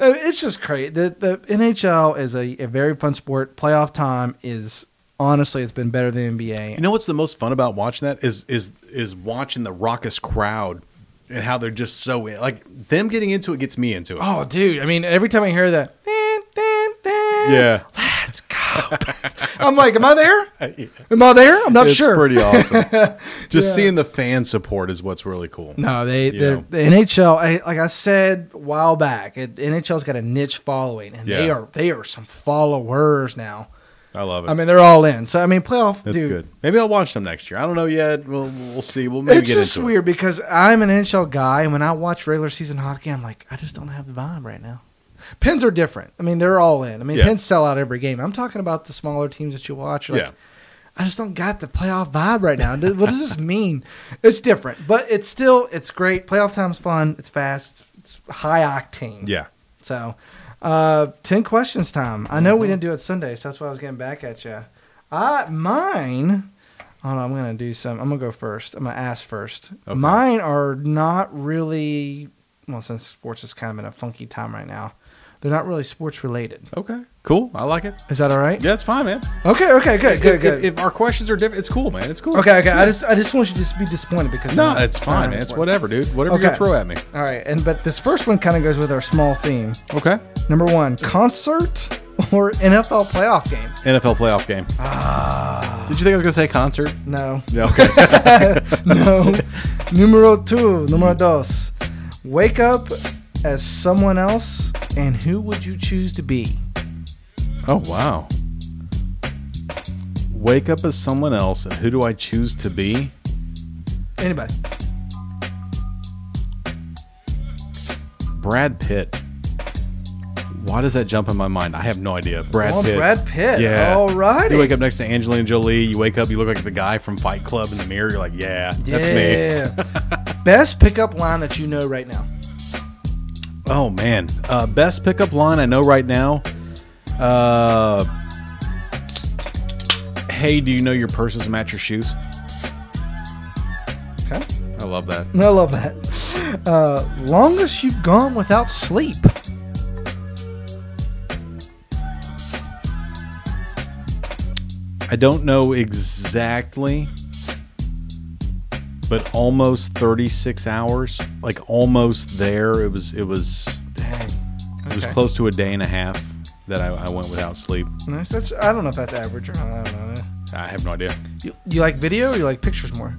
Speaker 3: I mean, It's just crazy. The the NHL is a, a very fun sport. Playoff time is honestly, it's been better than the NBA.
Speaker 2: You know what's the most fun about watching that is is is watching the raucous crowd and how they're just so in- like them getting into it gets me into it.
Speaker 3: Oh, dude! I mean, every time I hear that, "Dun, dun, dun,"
Speaker 2: Yeah.
Speaker 3: let's go. (laughs) I'm like, am I
Speaker 2: (laughs)
Speaker 3: there? Am I there? I'm not
Speaker 2: it's
Speaker 3: sure. (laughs)
Speaker 2: pretty awesome. Just seeing the fan support is what's really cool.
Speaker 3: no, they
Speaker 2: You
Speaker 3: they're-
Speaker 2: know.
Speaker 3: the NHL. I, like I said a while back, it, NHL's got a niche following, and they
Speaker 2: Yeah.
Speaker 3: are they are some followers now.
Speaker 2: I love it.
Speaker 3: I mean, they're all in. So I mean, playoff,
Speaker 2: That's
Speaker 3: dude.
Speaker 2: good. Maybe I'll watch them next year. I don't know yet. We'll we'll see. We'll maybe
Speaker 3: it's
Speaker 2: get
Speaker 3: just
Speaker 2: into
Speaker 3: weird because I'm an NHL guy, and when I watch regular season hockey, I'm like, I just don't have the vibe right now. Pens are different. I mean, they're all in. I mean,
Speaker 2: Yeah.
Speaker 3: Pens sell out every game. I'm talking about the smaller teams that you watch. You're like,
Speaker 2: Yeah.
Speaker 3: I just don't got the playoff vibe right now. Dude, what does this mean? It's different, but it's still it's great. Playoff time's fun. It's fast. It's high octane.
Speaker 2: it. Yeah.
Speaker 3: So, uh, ten questions time. I know we
Speaker 2: Mm-hmm.
Speaker 3: didn't do it Sunday, so that's why I was getting back at you. I mine. Hold on, I'm gonna do some. I'm gonna go first. I'm gonna ask first.
Speaker 2: Okay.
Speaker 3: Mine are not really. Well, since sports is kind of in a funky time right now, they're not really sports related.
Speaker 2: Okay. Cool. I like it.
Speaker 3: Is that all right?
Speaker 2: Yeah, it's fine, man.
Speaker 3: Okay. Okay. Good. Good.
Speaker 2: If,
Speaker 3: Good.
Speaker 2: if our questions are different, it's cool, man. It's cool.
Speaker 3: okay. Okay. I just I just want you to just be disappointed because
Speaker 2: No,
Speaker 3: I'm not-
Speaker 2: it's
Speaker 3: I'm
Speaker 2: fine, man. It's
Speaker 3: disappointed.
Speaker 2: whatever, dude. Whatever you you
Speaker 3: Okay.
Speaker 2: throw at me.
Speaker 3: All right. And but this first one kind of goes with our small theme.
Speaker 2: Okay.
Speaker 3: Number one, concert or NFL playoff game.
Speaker 2: NFL playoff game.
Speaker 3: Ah.
Speaker 2: Did you think I was gonna say concert?
Speaker 3: No. (laughs)
Speaker 2: Yeah. Okay.
Speaker 3: No. numero two, numero dos. Wake up as someone else, and who would you choose to be?
Speaker 2: (laughs) Oh wow. Wake up as someone else, and who do I choose to be?
Speaker 3: Anybody.
Speaker 2: Brad Pitt. Why does that jump in my mind? I have no idea. Brad
Speaker 3: Oh,
Speaker 2: Pitt.
Speaker 3: Brad Pitt.
Speaker 2: Yeah.
Speaker 3: Alrighty.
Speaker 2: You wake up next to Angelina Jolie. You wake up. You look like the guy from Fight Club in the mirror. You're like, yeah, that's me.
Speaker 3: That's me. Best pickup line that you know right now.
Speaker 2: Oh man, uh, best pickup line I know right now. Uh, hey, do you know your purses match your shoes?
Speaker 3: Okay.
Speaker 2: I love that.
Speaker 3: I love that. Uh, longest you've gone without sleep.
Speaker 2: I don't know exactly, but almost 36 hours. Like almost there. It was. It was. It was
Speaker 3: Okay.
Speaker 2: close to a day and a half that I, I went without sleep.
Speaker 3: Nice. That's I don't know if that's average or not. I don't know.
Speaker 2: I have no idea.
Speaker 3: You, you like video or you like pictures more?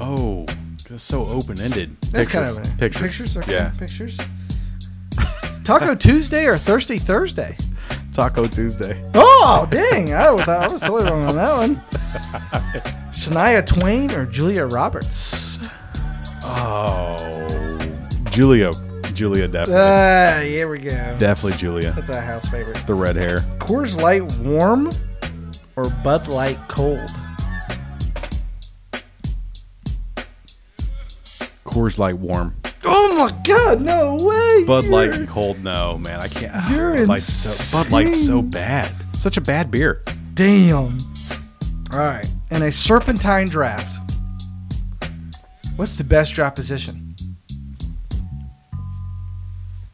Speaker 2: Oh, that's so open ended.
Speaker 3: That's kind of
Speaker 2: pictures.
Speaker 3: Pictures, okay.
Speaker 2: Yeah.
Speaker 3: Pictures. Taco Tuesday or Thirsty Thursday?
Speaker 2: Taco Tuesday.
Speaker 3: Oh, dang! I was, I was totally wrong on that
Speaker 2: (laughs)
Speaker 3: one. Shania Twain or Julia Roberts?
Speaker 2: Oh, Julia, Julia definitely,
Speaker 3: Ah, here we go.
Speaker 2: definitely Julia.
Speaker 3: That's a house favorite.
Speaker 2: The red hair.
Speaker 3: Coors Light warm or Bud Light cold?
Speaker 2: Coors Light warm.
Speaker 3: Oh my God! No way!
Speaker 2: Bud
Speaker 3: You're-
Speaker 2: Light cold. No, man, I can't. ah,
Speaker 3: You're
Speaker 2: Bud, Light's so, Bud Light's so bad. Such a bad beer.
Speaker 3: Damn. All right, and a serpentine draft. What's the best draft position?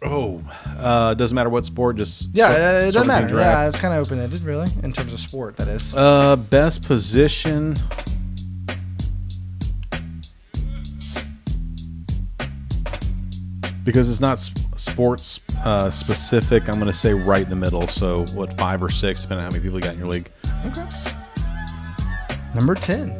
Speaker 2: Oh, uh, doesn't matter what sport. Just
Speaker 3: Yeah,
Speaker 2: sort-
Speaker 3: uh, it
Speaker 2: sort
Speaker 3: doesn't
Speaker 2: of
Speaker 3: matter. Yeah,
Speaker 2: draft.
Speaker 3: it's kind of open ended, really, in terms of sport. That is.
Speaker 2: Uh, best position. Because it's not s- sports uh, specific, I'm going to say right in the middle. So, what, five or six, depending on how many people you got in your league.
Speaker 3: Okay. Number ten.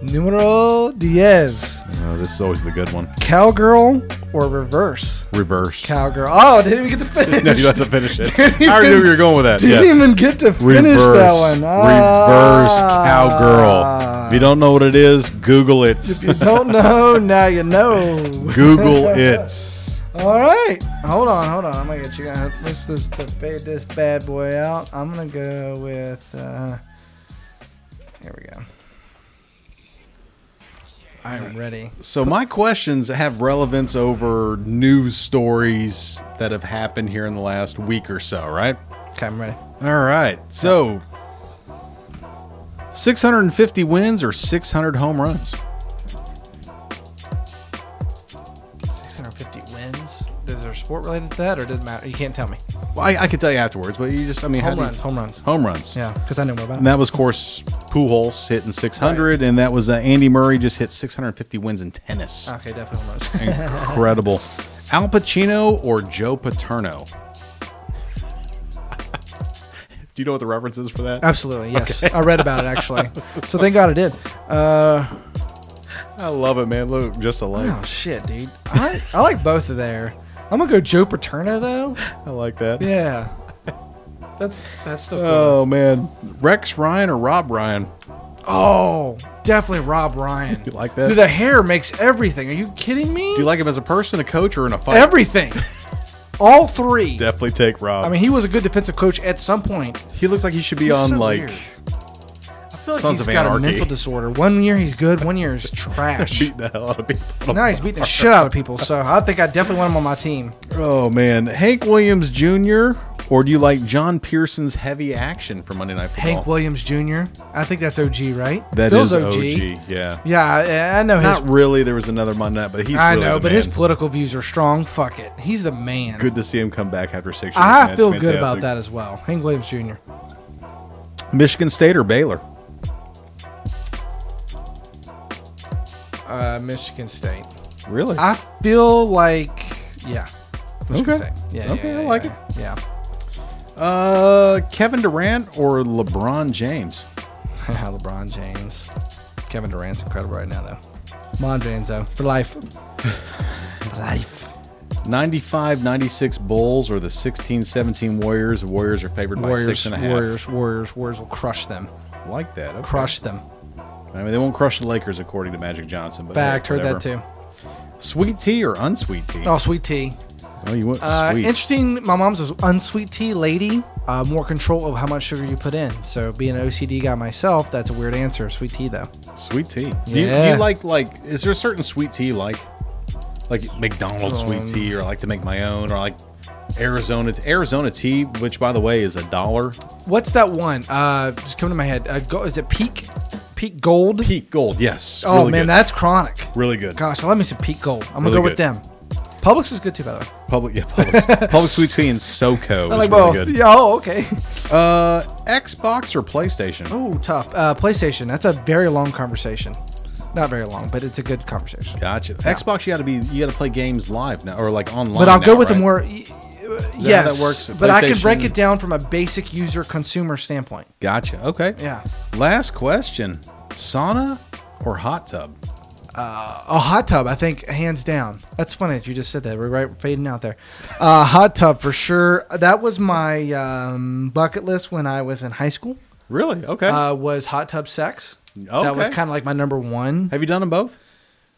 Speaker 3: Numero diez.
Speaker 2: Uh, this is always the good one.
Speaker 3: Cowgirl or reverse?
Speaker 2: Reverse.
Speaker 3: Cowgirl. Oh, didn't even get to finish.
Speaker 2: (laughs) no, you don't have to finish it.
Speaker 3: Didn't
Speaker 2: I already knew
Speaker 3: even-
Speaker 2: where you were going with
Speaker 3: (laughs)
Speaker 2: that.
Speaker 3: Didn't
Speaker 2: Yeah.
Speaker 3: even get to finish that one.
Speaker 2: Reverse
Speaker 3: Ah.
Speaker 2: cowgirl. If you don't know what it is,
Speaker 3: (laughs)
Speaker 2: Google
Speaker 3: If you
Speaker 2: it.
Speaker 3: don't know, now you know. (laughs)
Speaker 2: Google it.
Speaker 3: All right. Hold on, hold on. I'm gonna get you. uh, Let's just fade this bad boy out. I'm gonna go with. Uh, here we go. I'm ready.
Speaker 2: So my questions have relevance over news stories that have happened here in the last week or so, right?
Speaker 3: Okay, I'm ready.
Speaker 2: All right. So 650 wins or 600 home runs?
Speaker 3: 650 wins. Is there sport related to that, or does it matter? You can't tell me.
Speaker 2: Well, I, I could tell you afterwards, but you just, I mean, how
Speaker 3: Home
Speaker 2: do you-
Speaker 3: runs. Home runs.
Speaker 2: home runs.
Speaker 3: Yeah, because I know more about
Speaker 2: And that was, of course, Pujols hitting 600, and that was uh, Andy Murray just hit 650 wins in tennis.
Speaker 3: it. Okay, definitely home runs. (laughs)
Speaker 2: Incredible. Al Pacino or Joe Paterno? Do you know what the reference is for that?
Speaker 3: Absolutely, yes. I read about it actually, so thank God I did. Uh,
Speaker 2: I love it, man. Look, just a like.
Speaker 3: oh shit, dude. I I like both of there. I'm gonna go Joe Paterno though.
Speaker 2: I like that.
Speaker 3: Yeah. Uh, That's that's the
Speaker 2: Oh man, Rex Ryan or Rob Ryan?
Speaker 3: Oh, definitely Rob Ryan.
Speaker 2: (laughs) You like that?
Speaker 3: Dude, the hair makes everything. Are you kidding me?
Speaker 2: Do you like him as a person, a coach, or in a fight? (laughs)
Speaker 3: everything. All three.
Speaker 2: Definitely take Rob.
Speaker 3: I mean, he was a good defensive coach at some point.
Speaker 2: he looks like he should be
Speaker 3: He's
Speaker 2: on
Speaker 3: so
Speaker 2: like.
Speaker 3: weird. I feel like
Speaker 2: Sons
Speaker 3: he's
Speaker 2: of
Speaker 3: got a
Speaker 2: Anarchy.
Speaker 3: mental disorder. One year he's good, one
Speaker 2: (laughs)
Speaker 3: year he's trash.
Speaker 2: Beat the hell out of people.
Speaker 3: now he's beating the shit out of people, so I think I definitely want him on my team.
Speaker 2: Oh man, Hank Williams Jr. Or do you like John Pearson's heavy action for Monday Night Football?
Speaker 3: Hank Williams Jr. I think that's OG, right?
Speaker 2: That
Speaker 3: Phil's
Speaker 2: is OG. Yeah.
Speaker 3: Yeah, I, I know his
Speaker 2: Not really. There was another Monday Night, but he's.
Speaker 3: I
Speaker 2: really
Speaker 3: know,
Speaker 2: the
Speaker 3: but
Speaker 2: man.
Speaker 3: his political views are strong. Fuck it. He's the man.
Speaker 2: Good to see him come back after six years. man.
Speaker 3: I
Speaker 2: It's
Speaker 3: feel good about
Speaker 2: fantastic.
Speaker 3: that as well. Hank Williams Jr.
Speaker 2: Michigan State or Baylor?
Speaker 3: Uh, Michigan State.
Speaker 2: Really?
Speaker 3: I feel like, yeah. Michigan
Speaker 2: Okay.
Speaker 3: State. Yeah,
Speaker 2: Okay,
Speaker 3: yeah,
Speaker 2: I
Speaker 3: yeah,
Speaker 2: like
Speaker 3: yeah, Yeah.
Speaker 2: Uh, Kevin Durant or LeBron James?
Speaker 3: (laughs) LeBron James. Kevin Durant's incredible right now, though. Mon James, though, for
Speaker 2: (laughs)
Speaker 3: life. For life.
Speaker 2: 95 96 Bulls or the 16 17 Warriors? Warriors are favored by six
Speaker 3: Warriors,
Speaker 2: and a half.
Speaker 3: Warriors, Warriors, Warriors will crush them.
Speaker 2: Like that. Okay.
Speaker 3: Crush them.
Speaker 2: I mean, they won't crush the Lakers, according to Magic Johnson. But
Speaker 3: Fact,
Speaker 2: hey,
Speaker 3: heard that
Speaker 2: whatever.
Speaker 3: too.
Speaker 2: Sweet tea or unsweet tea?
Speaker 3: Oh, sweet tea.
Speaker 2: Oh, you want
Speaker 3: Uh,
Speaker 2: sweet.
Speaker 3: interesting. My mom's an unsweet tea lady. Uh, more control of how much sugar you put in. So, being an OCD guy myself, that's a weird answer. Sweet tea, though.
Speaker 2: Sweet tea. Do, you, do
Speaker 3: Yeah.
Speaker 2: you like like? Is there a certain sweet tea you like? like McDonald's
Speaker 3: Um,
Speaker 2: sweet tea, or I like to make my own, or I like Arizona Arizona tea, which by the way is a dollar.
Speaker 3: What's that one? Uh, just coming to my head. Uh, go, is it Peak? Peak Gold?
Speaker 2: Peak Gold, yes.
Speaker 3: oh
Speaker 2: really
Speaker 3: man,
Speaker 2: good.
Speaker 3: that's chronic.
Speaker 2: really good.
Speaker 3: Gosh, I love me some Peak Gold. I'm gonna
Speaker 2: Really
Speaker 3: go with
Speaker 2: good.
Speaker 3: them. Publix is good too, by the way.
Speaker 2: Public, yeah,
Speaker 3: (laughs)
Speaker 2: Publix. Public sweet tea in SoCo
Speaker 3: I like
Speaker 2: is really
Speaker 3: both.
Speaker 2: good.
Speaker 3: Yeah, oh, okay.
Speaker 2: Uh, Xbox or PlayStation?
Speaker 3: Oh, tough. Uh, PlayStation. That's a very long conversation. Not very long, but it's a good conversation.
Speaker 2: Gotcha. Xbox, you got to be, you got to play games live now, or like online.
Speaker 3: But I'll go
Speaker 2: now,
Speaker 3: with
Speaker 2: right?
Speaker 3: the more. y-
Speaker 2: that
Speaker 3: Yes,
Speaker 2: how that works?
Speaker 3: but I can break
Speaker 2: PlayStation?
Speaker 3: it down from a basic user consumer standpoint.
Speaker 2: Gotcha. Okay.
Speaker 3: Yeah,
Speaker 2: Last question: sauna or hot tub?
Speaker 3: a hot tub, I think, hands down. That's funny that you just said that. We're right fading out there. Uh, hot tub for sure. That was my um, bucket list when I was in high school.
Speaker 2: Really? Okay.
Speaker 3: Uh, was hot tub sex? That was
Speaker 2: Okay.
Speaker 3: kind of like my number one.
Speaker 2: Have you done them both?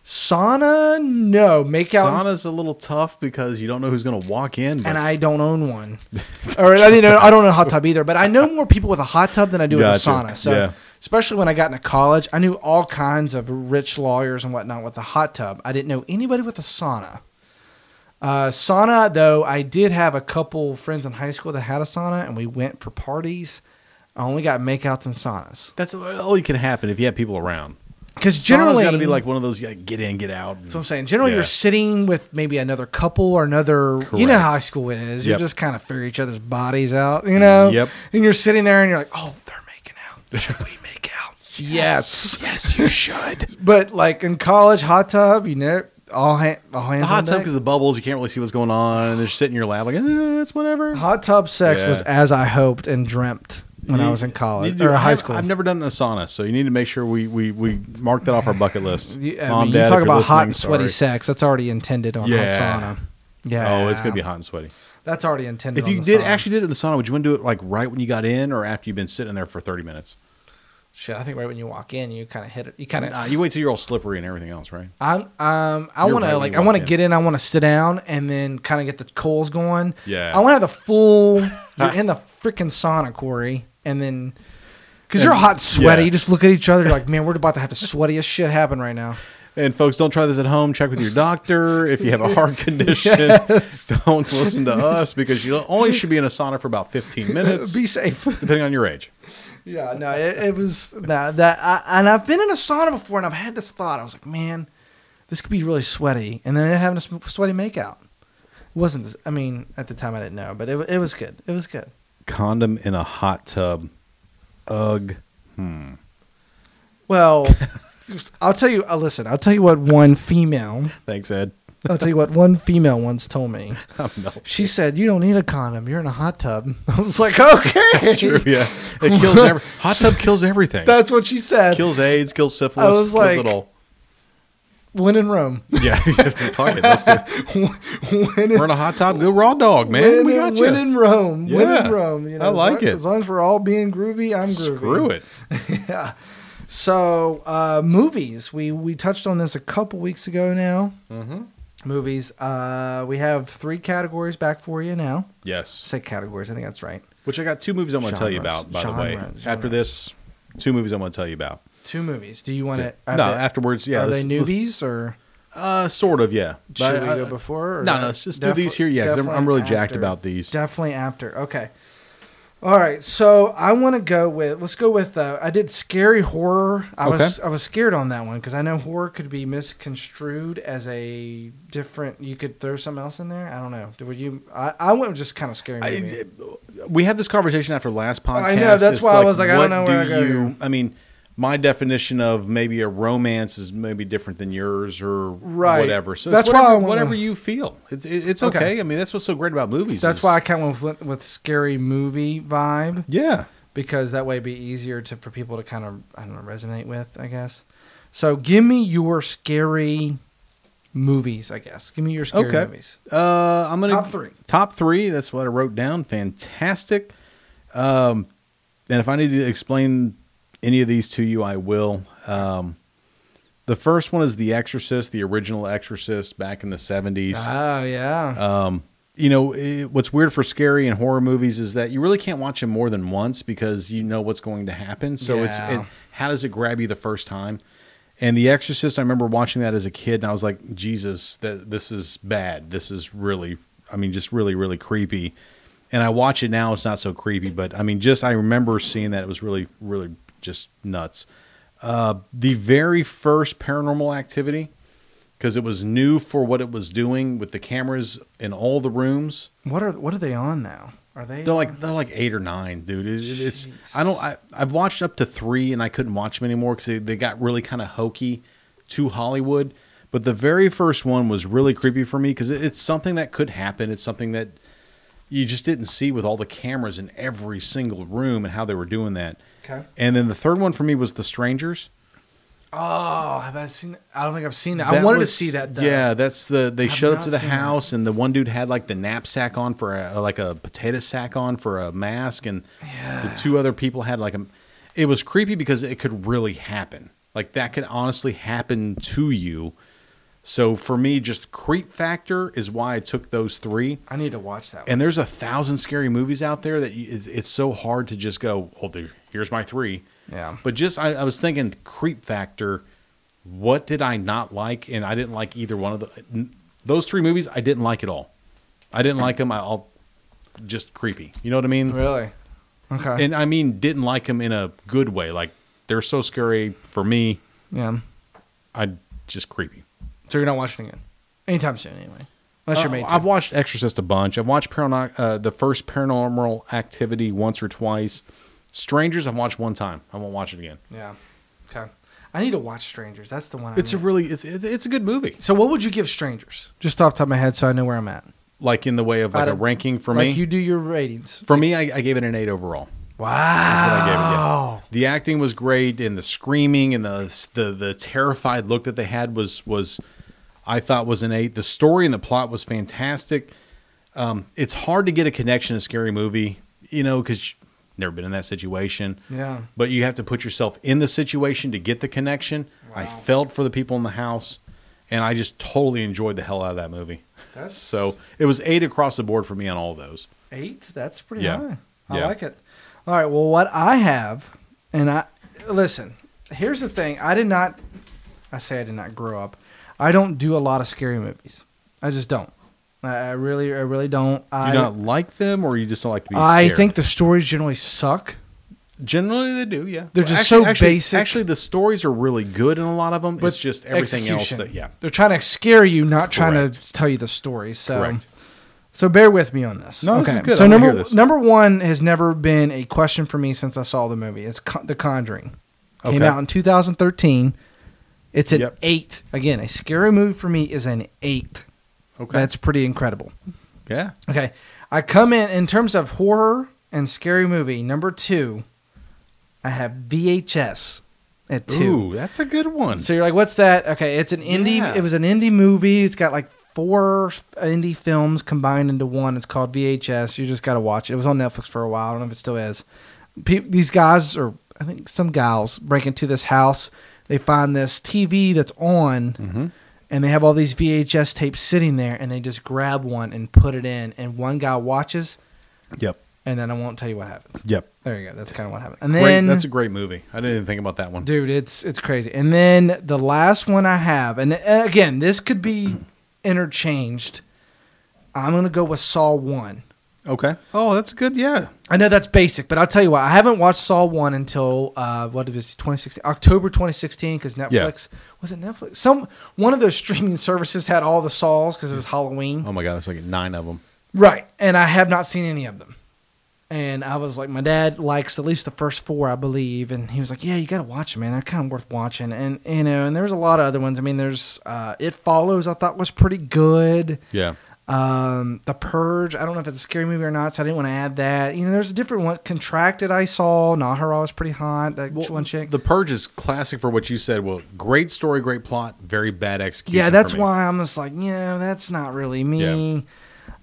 Speaker 3: Sauna, no. Make out
Speaker 2: Sauna's a little tough because you don't know who's going to walk in. But
Speaker 3: and I don't own one, or I didn't. Own, I don't own a hot tub either. But I know more people with a hot tub than I do with
Speaker 2: Gotcha.
Speaker 3: a sauna. So,
Speaker 2: Yeah.
Speaker 3: especially when I got into college, I knew all kinds of rich lawyers and whatnot with a hot tub. I didn't know anybody with a sauna. Uh, sauna, though, I did have a couple friends in high school that had a sauna, and we went for parties. I only got makeouts and saunas
Speaker 2: that's all you can happen if you have people around.
Speaker 3: because generally
Speaker 2: got to be like one of those like, get in, get out. (laughs)
Speaker 3: That's what I'm saying. Generally,
Speaker 2: Yeah.
Speaker 3: you're sitting with maybe another couple or another. You know
Speaker 2: Correct.
Speaker 3: how high school it is. You're
Speaker 2: Yep.
Speaker 3: just kind of figure each other's bodies out. You know.
Speaker 2: Yep.
Speaker 3: And you're sitting there, and you're like, "Oh, they're making out. Should we make out? yes, yes,
Speaker 2: (laughs)
Speaker 3: you should." but like in college, hot tub, you know, all, ha- all hands.
Speaker 2: the hot
Speaker 3: on
Speaker 2: tub
Speaker 3: deck.
Speaker 2: because the bubbles, you can't really see what's going on, and they're sitting in your lap like, eh, it's whatever.
Speaker 3: hot tub sex
Speaker 2: Yeah.
Speaker 3: was as I hoped and dreamt when I was in college
Speaker 2: Need to do-
Speaker 3: or
Speaker 2: I
Speaker 3: high
Speaker 2: have-
Speaker 3: school.
Speaker 2: I've never done a sauna, so you need to make sure we we, we mark that off our bucket list.
Speaker 3: you, I
Speaker 2: Mom,
Speaker 3: mean,
Speaker 2: Dad,
Speaker 3: you
Speaker 2: if
Speaker 3: talk
Speaker 2: you're
Speaker 3: about hot
Speaker 2: listening,
Speaker 3: and sweaty
Speaker 2: sorry.
Speaker 3: sex. That's already intended on
Speaker 2: Yeah.
Speaker 3: on sauna. Yeah.
Speaker 2: Oh, it's gonna be hot and sweaty.
Speaker 3: That's already intended.
Speaker 2: If
Speaker 3: on
Speaker 2: you
Speaker 3: the
Speaker 2: did
Speaker 3: sauna.
Speaker 2: actually did it in the sauna, would you want to do it like right when you got in, or after you've been sitting there for thirty minutes?
Speaker 3: Shit, I think right when you walk in, you kind of hit it. You kind of.
Speaker 2: Nah, you wait till you're all slippery and everything else, right?
Speaker 3: I'm. Um. I
Speaker 2: You're
Speaker 3: want
Speaker 2: right
Speaker 3: to
Speaker 2: when
Speaker 3: like.
Speaker 2: you
Speaker 3: I
Speaker 2: walk
Speaker 3: want to
Speaker 2: in.
Speaker 3: get in. I want to sit down and then kind of get the coals going.
Speaker 2: Yeah.
Speaker 3: I want to have the (laughs) full. you're in the freaking sauna, Corey, and then. Because you're hot, and sweaty.
Speaker 2: yeah.
Speaker 3: You just look at each other. You're like, man, we're about to have the sweatiest shit happen right (laughs) now.
Speaker 2: And folks, don't try this at home. Check with your doctor if you have a
Speaker 3: (laughs)
Speaker 2: heart condition. Don't listen to us because you only should be in a sauna for about fifteen minutes,
Speaker 3: (laughs) Be safe.
Speaker 2: depending on your age.
Speaker 3: yeah. No. It, it was nah, that. I, and I've been in a sauna before, and I've had this thought. I was like, man, this could be really sweaty, and then having a sm- sweaty makeout. It wasn't. This, I mean, at the time, I didn't know, but it, it was good. It was good.
Speaker 2: Condom in a hot tub. Ugh.
Speaker 3: Well, I'll tell you. Uh, listen, I'll tell you what one female.
Speaker 2: Thanks, Ed. (laughs)
Speaker 3: I'll tell you what one female once told me.
Speaker 2: Oh,
Speaker 3: (laughs)
Speaker 2: no.
Speaker 3: She said, "You don't need a condom. You're in a hot tub." (laughs) I was like, "Okay, that's,
Speaker 2: True, yeah. It kills every hot tub kills everything.
Speaker 3: what she said."
Speaker 2: kills AIDS, kills syphilis,
Speaker 3: I was
Speaker 2: kills
Speaker 3: like-
Speaker 2: it all.
Speaker 3: When in Rome, (laughs)
Speaker 2: Yeah, (laughs) fuck it, that's good.
Speaker 3: when in,
Speaker 2: We're in a hot tub. Go raw dog, man.
Speaker 3: when,
Speaker 2: we
Speaker 3: in-
Speaker 2: got
Speaker 3: when
Speaker 2: you.
Speaker 3: in Rome, when
Speaker 2: Yeah.
Speaker 3: in Rome. You know,
Speaker 2: I
Speaker 3: as
Speaker 2: like
Speaker 3: long,
Speaker 2: it.
Speaker 3: As long as we're all being groovy, I'm groovy.
Speaker 2: Screw it.
Speaker 3: (laughs) So, uh, movies. We we touched on this a couple weeks ago now. Mm-hmm. Movies. Uh, we have three categories back for you now.
Speaker 2: Yes.
Speaker 3: say categories. I think that's right.
Speaker 2: Which I got two movies I want to tell you
Speaker 3: Genres.
Speaker 2: about. By the way,
Speaker 3: Genres.
Speaker 2: after this, two movies I want to tell you about.
Speaker 3: Two movies. Do you want to?
Speaker 2: no, afterwards, yeah.
Speaker 3: are
Speaker 2: let's-
Speaker 3: they
Speaker 2: let's-
Speaker 3: newbies or
Speaker 2: Uh, sort of, yeah.
Speaker 3: should
Speaker 2: But,
Speaker 3: we
Speaker 2: uh,
Speaker 3: go before? Or
Speaker 2: no, no, let's just do these here, yeah, 'cause I'm-
Speaker 3: definitely
Speaker 2: I'm really jacked about these.
Speaker 3: Definitely after. Okay. All right, so I want to go with. Let's go with. Uh, I did scary horror. I was I was scared on that one because I know horror could be misconstrued as a different. You could throw something else in there. I don't know. Were you? I, I went with just kind of scary. Movie.
Speaker 2: I, we had this conversation after last podcast.
Speaker 3: I know, that's
Speaker 2: It's
Speaker 3: why I was like, I don't
Speaker 2: what
Speaker 3: know where
Speaker 2: do
Speaker 3: I go
Speaker 2: you-
Speaker 3: here.
Speaker 2: I mean, my definition of maybe a romance is maybe different than yours or
Speaker 3: Right.
Speaker 2: whatever. So
Speaker 3: That's
Speaker 2: that's
Speaker 3: why I
Speaker 2: whatever,
Speaker 3: wanna-
Speaker 2: whatever you feel. It's it- it's
Speaker 3: Okay.
Speaker 2: okay. I mean, that's what's so great about movies.
Speaker 3: That's
Speaker 2: is-
Speaker 3: why I kind of went with scary movie vibe.
Speaker 2: yeah.
Speaker 3: because that way it'd be easier to for people to kind of I don't know resonate with, I guess. So give me your scary movies, I guess. Give me your scary
Speaker 2: Okay.
Speaker 3: movies.
Speaker 2: Uh, I'm gonna
Speaker 3: Top three.
Speaker 2: Top three. That's what I wrote down. Fantastic. Um, and if I need to explain any of these to you, I will. Um, the first one is The Exorcist, the original Exorcist back in the 70s.
Speaker 3: Oh yeah.
Speaker 2: Uh, you know it, what's weird for scary and horror movies is that you really can't watch them more than once because you know what's going to happen so it's
Speaker 3: Yeah.
Speaker 2: it, how does it grab you the first time And The Exorcist, I remember watching that as a kid, and I was like, Jesus, that this is bad. This is really, I mean, just really, really creepy. And I watch it now; it's not so creepy, but I mean, just I remember seeing that it was really, really just nuts. Uh, the very first Paranormal Activity, because it was new for what it was doing with the cameras in all the rooms.
Speaker 3: What are what are they on now? Are they?
Speaker 2: They're like they're like eight or nine, dude. It- it- it's I don't I, I've watched up to three and I couldn't watch them anymore because they, they got really kind of hokey to Hollywood. But the very first one was really creepy for me because it, it's something that could happen. It's something that you just didn't see with all the cameras in every single room and how they were doing that.
Speaker 3: Okay.
Speaker 2: And then the third one for me was The Strangers.
Speaker 3: Oh, have I seen? I don't think I've seen that. I
Speaker 2: That
Speaker 3: wanted to
Speaker 2: was-
Speaker 3: see that. Though.
Speaker 2: Yeah, that's the they
Speaker 3: have
Speaker 2: showed up
Speaker 3: not
Speaker 2: to the
Speaker 3: seen
Speaker 2: house and the one dude had like the knapsack on for a, like a potato sack on for a mask and the two other people had like a it was creepy because it could really happen. Like that could honestly happen to you. So for me just creep factor is why I took those 3.
Speaker 3: I need to watch that. one.
Speaker 2: And there's a thousand scary movies out there that you, it- it's so hard to just go, oh, there, here's my three.
Speaker 3: Yeah.
Speaker 2: But just, I, I was thinking creep factor. What did I not like? And I didn't like either one of the, n- those three movies. I didn't like at all. I didn't like them. I all just creepy. You know what I mean?
Speaker 3: Really? Okay.
Speaker 2: And I mean, didn't like them in a good way. Like they're so scary for me.
Speaker 3: yeah.
Speaker 2: I just creepy.
Speaker 3: So you're not watching it again anytime soon, anyway. Unless you're
Speaker 2: Uh,
Speaker 3: made to.
Speaker 2: I've watched Exorcist a bunch. I've watched Parano- uh, the first Paranormal Activity once or twice. Strangers, I've watched one time. I won't watch it again.
Speaker 3: yeah. Okay. I need to watch Strangers. That's the one. I
Speaker 2: It's a
Speaker 3: need.
Speaker 2: really, it's it- it's a good movie.
Speaker 3: so what would you give Strangers? Just off the top of my head, so I know where I'm at.
Speaker 2: Like in the way of like
Speaker 3: Out
Speaker 2: a
Speaker 3: of-
Speaker 2: ranking for
Speaker 3: like
Speaker 2: me.
Speaker 3: you do your ratings.
Speaker 2: for me, I, I gave it an eight overall.
Speaker 3: Wow.
Speaker 2: what I gave it, yeah.
Speaker 3: Oh.
Speaker 2: The acting was great, and the screaming and the the the terrified look that they had was was I thought was an eight. The story and the plot was fantastic. Um, it's hard to get a connection to scary movie, you know, because never been in that situation.
Speaker 3: Yeah.
Speaker 2: but you have to put yourself in the situation to get the connection. I felt for the people in the house, and I just totally enjoyed the hell out of that movie.
Speaker 3: That's-
Speaker 2: so it was eight across the board for me on all those.
Speaker 3: Eight? That's pretty
Speaker 2: Yeah.
Speaker 3: high. I
Speaker 2: Yeah.
Speaker 3: like it. All right. Well, what I have, and I listen. Here's the thing. I did not. I say I did not grow up. I don't do a lot of scary movies. I just don't. I, I really, I really don't.
Speaker 2: You
Speaker 3: I
Speaker 2: don't like them, or you just don't like to be.
Speaker 3: I
Speaker 2: scared?
Speaker 3: think the stories generally suck.
Speaker 2: Generally, they do. Yeah,
Speaker 3: They're just so basic.
Speaker 2: Actually, the stories are really good in a lot of them.
Speaker 3: But
Speaker 2: it's just everything
Speaker 3: execution.
Speaker 2: else that yeah.
Speaker 3: They're trying to scare you, not trying to
Speaker 2: Correct.
Speaker 3: tell you the story. So,
Speaker 2: Correct.
Speaker 3: so bear with me on this.
Speaker 2: No, this is good.
Speaker 3: So
Speaker 2: I wanna
Speaker 3: number
Speaker 2: hear this.
Speaker 3: number one has never been a question for me since I saw the movie. It's Con- The Conjuring. Came
Speaker 2: Okay.
Speaker 3: out in 2013. It's an
Speaker 2: Yep.
Speaker 3: eight again. A scary movie for me is an eight.
Speaker 2: Okay.
Speaker 3: That's pretty incredible.
Speaker 2: yeah.
Speaker 3: Okay, I come in in terms of horror and scary movie. Number two, I have VHS at two.
Speaker 2: Ooh, that's a good one.
Speaker 3: So you're like, what's that? Okay, it's an indie.
Speaker 2: Yeah.
Speaker 3: It was an indie movie. It's got like four indie films combined into one. It's called VHS. You just got to watch it. It was on Netflix for a while. I don't know if it still is. Pe- these guys, or I think some gals, break into this house. They find this TV that's on,
Speaker 2: Hmm. Mm-hmm.
Speaker 3: and they have all these VHS tapes sitting there, and they just grab one and put it in. And one guy watches,
Speaker 2: yep.
Speaker 3: and then I won't tell you what happens.
Speaker 2: Yep.
Speaker 3: There you go. That's kind of what happened. And
Speaker 2: Great.
Speaker 3: then
Speaker 2: That's a great movie. I didn't even think about that one.
Speaker 3: dude it's it's crazy and then the last one i have and uh, again this could be (clears throat) interchanged i'm gonna go with saw one
Speaker 2: Okay. Oh, that's good. Yeah.
Speaker 3: i know that's basic but i'll tell you what i haven't watched saw one until uh what is it 2016 october 2016 because netflix was it netflix some one of those streaming (laughs) services had all the saws because it was halloween
Speaker 2: Oh my god, there's like nine of them.
Speaker 3: right and i have not seen any of them and I was like, my dad likes at least the first four, I believe, and he was like, yeah, you gotta watch them, man. They're kind of worth watching, and you know, and there's a lot of other ones. I mean, there's uh, It Follows, I thought was pretty good.
Speaker 2: Yeah.
Speaker 3: Um, The Purge, I don't know if it's a scary movie or not, so I didn't want to add that. You know, there's a different one. Contracted, I saw. Nahara was pretty hot. That one chick.
Speaker 2: The Purge is classic for what you said. Well, great story, great plot, very bad execution.
Speaker 3: yeah, that's
Speaker 2: for me.
Speaker 3: why I'm just like, yeah, that's not really me.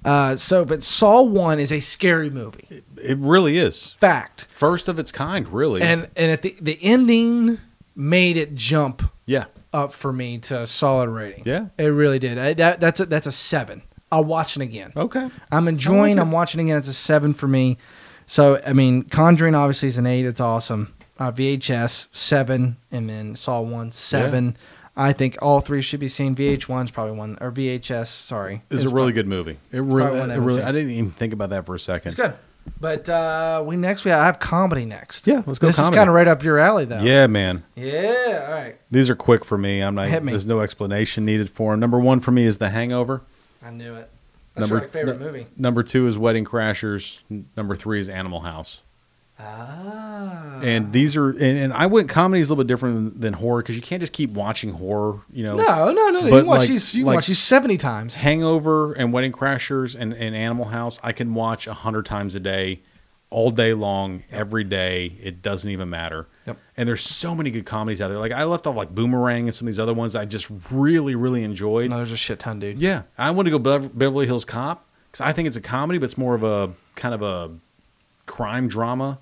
Speaker 3: Uh, so, but Saw One is a scary movie.
Speaker 2: it really is
Speaker 3: Fact.
Speaker 2: first of its kind. Really.
Speaker 3: and and at the the ending made it jump
Speaker 2: yeah.
Speaker 3: up for me to a solid rating.
Speaker 2: Yeah.
Speaker 3: it really did. I, that that's a, that's a seven. I'll watch it again.
Speaker 2: Okay.
Speaker 3: I'm enjoying. I'm watching it again. It's a seven for me. So I mean, Conjuring obviously is an eight. It's awesome. uh, VHS seven, and then Saw one seven. I think all three should be seen. VH1's probably one or VHS. Sorry,
Speaker 2: It's a
Speaker 3: It's
Speaker 2: really good movie. It
Speaker 3: probably one
Speaker 2: really,
Speaker 3: I
Speaker 2: it
Speaker 3: haven't
Speaker 2: really
Speaker 3: seen.
Speaker 2: I didn't even think about that for a second.
Speaker 3: It's good. But uh, we next we I have comedy next.
Speaker 2: Yeah, let's go
Speaker 3: This
Speaker 2: comedy.
Speaker 3: is kind of right up your alley though.
Speaker 2: Yeah, man.
Speaker 3: Yeah. All right.
Speaker 2: These are quick for me. I'm not.
Speaker 3: Hit me.
Speaker 2: There's no explanation needed for them. Number one for me is The Hangover.
Speaker 3: I knew it. That's
Speaker 2: Number-
Speaker 3: your like, favorite movie.
Speaker 2: Number two is Wedding Crashers. N- Number three is Animal House.
Speaker 3: Ah.
Speaker 2: And these are, and, and I went comedy is a little bit different than horror because you can't just keep watching horror. You know,
Speaker 3: no, no, no. no. You
Speaker 2: uh, But
Speaker 3: can watch
Speaker 2: like-
Speaker 3: these. You can
Speaker 2: like-
Speaker 3: watch these seventy times.
Speaker 2: Hangover and Wedding Crashers and, and Animal House, I can watch a hundred times a day, all day long, every day. It doesn't even matter.
Speaker 3: Yep.
Speaker 2: And there's so many good comedies out there. Like I left off like Boomerang and some of these other ones I just really, really enjoyed.
Speaker 3: No, there's a shit ton, dude.
Speaker 2: Yeah, I want to go Bev- Beverly Hills Cop because I think it's a comedy, but it's more of a kind of a crime drama.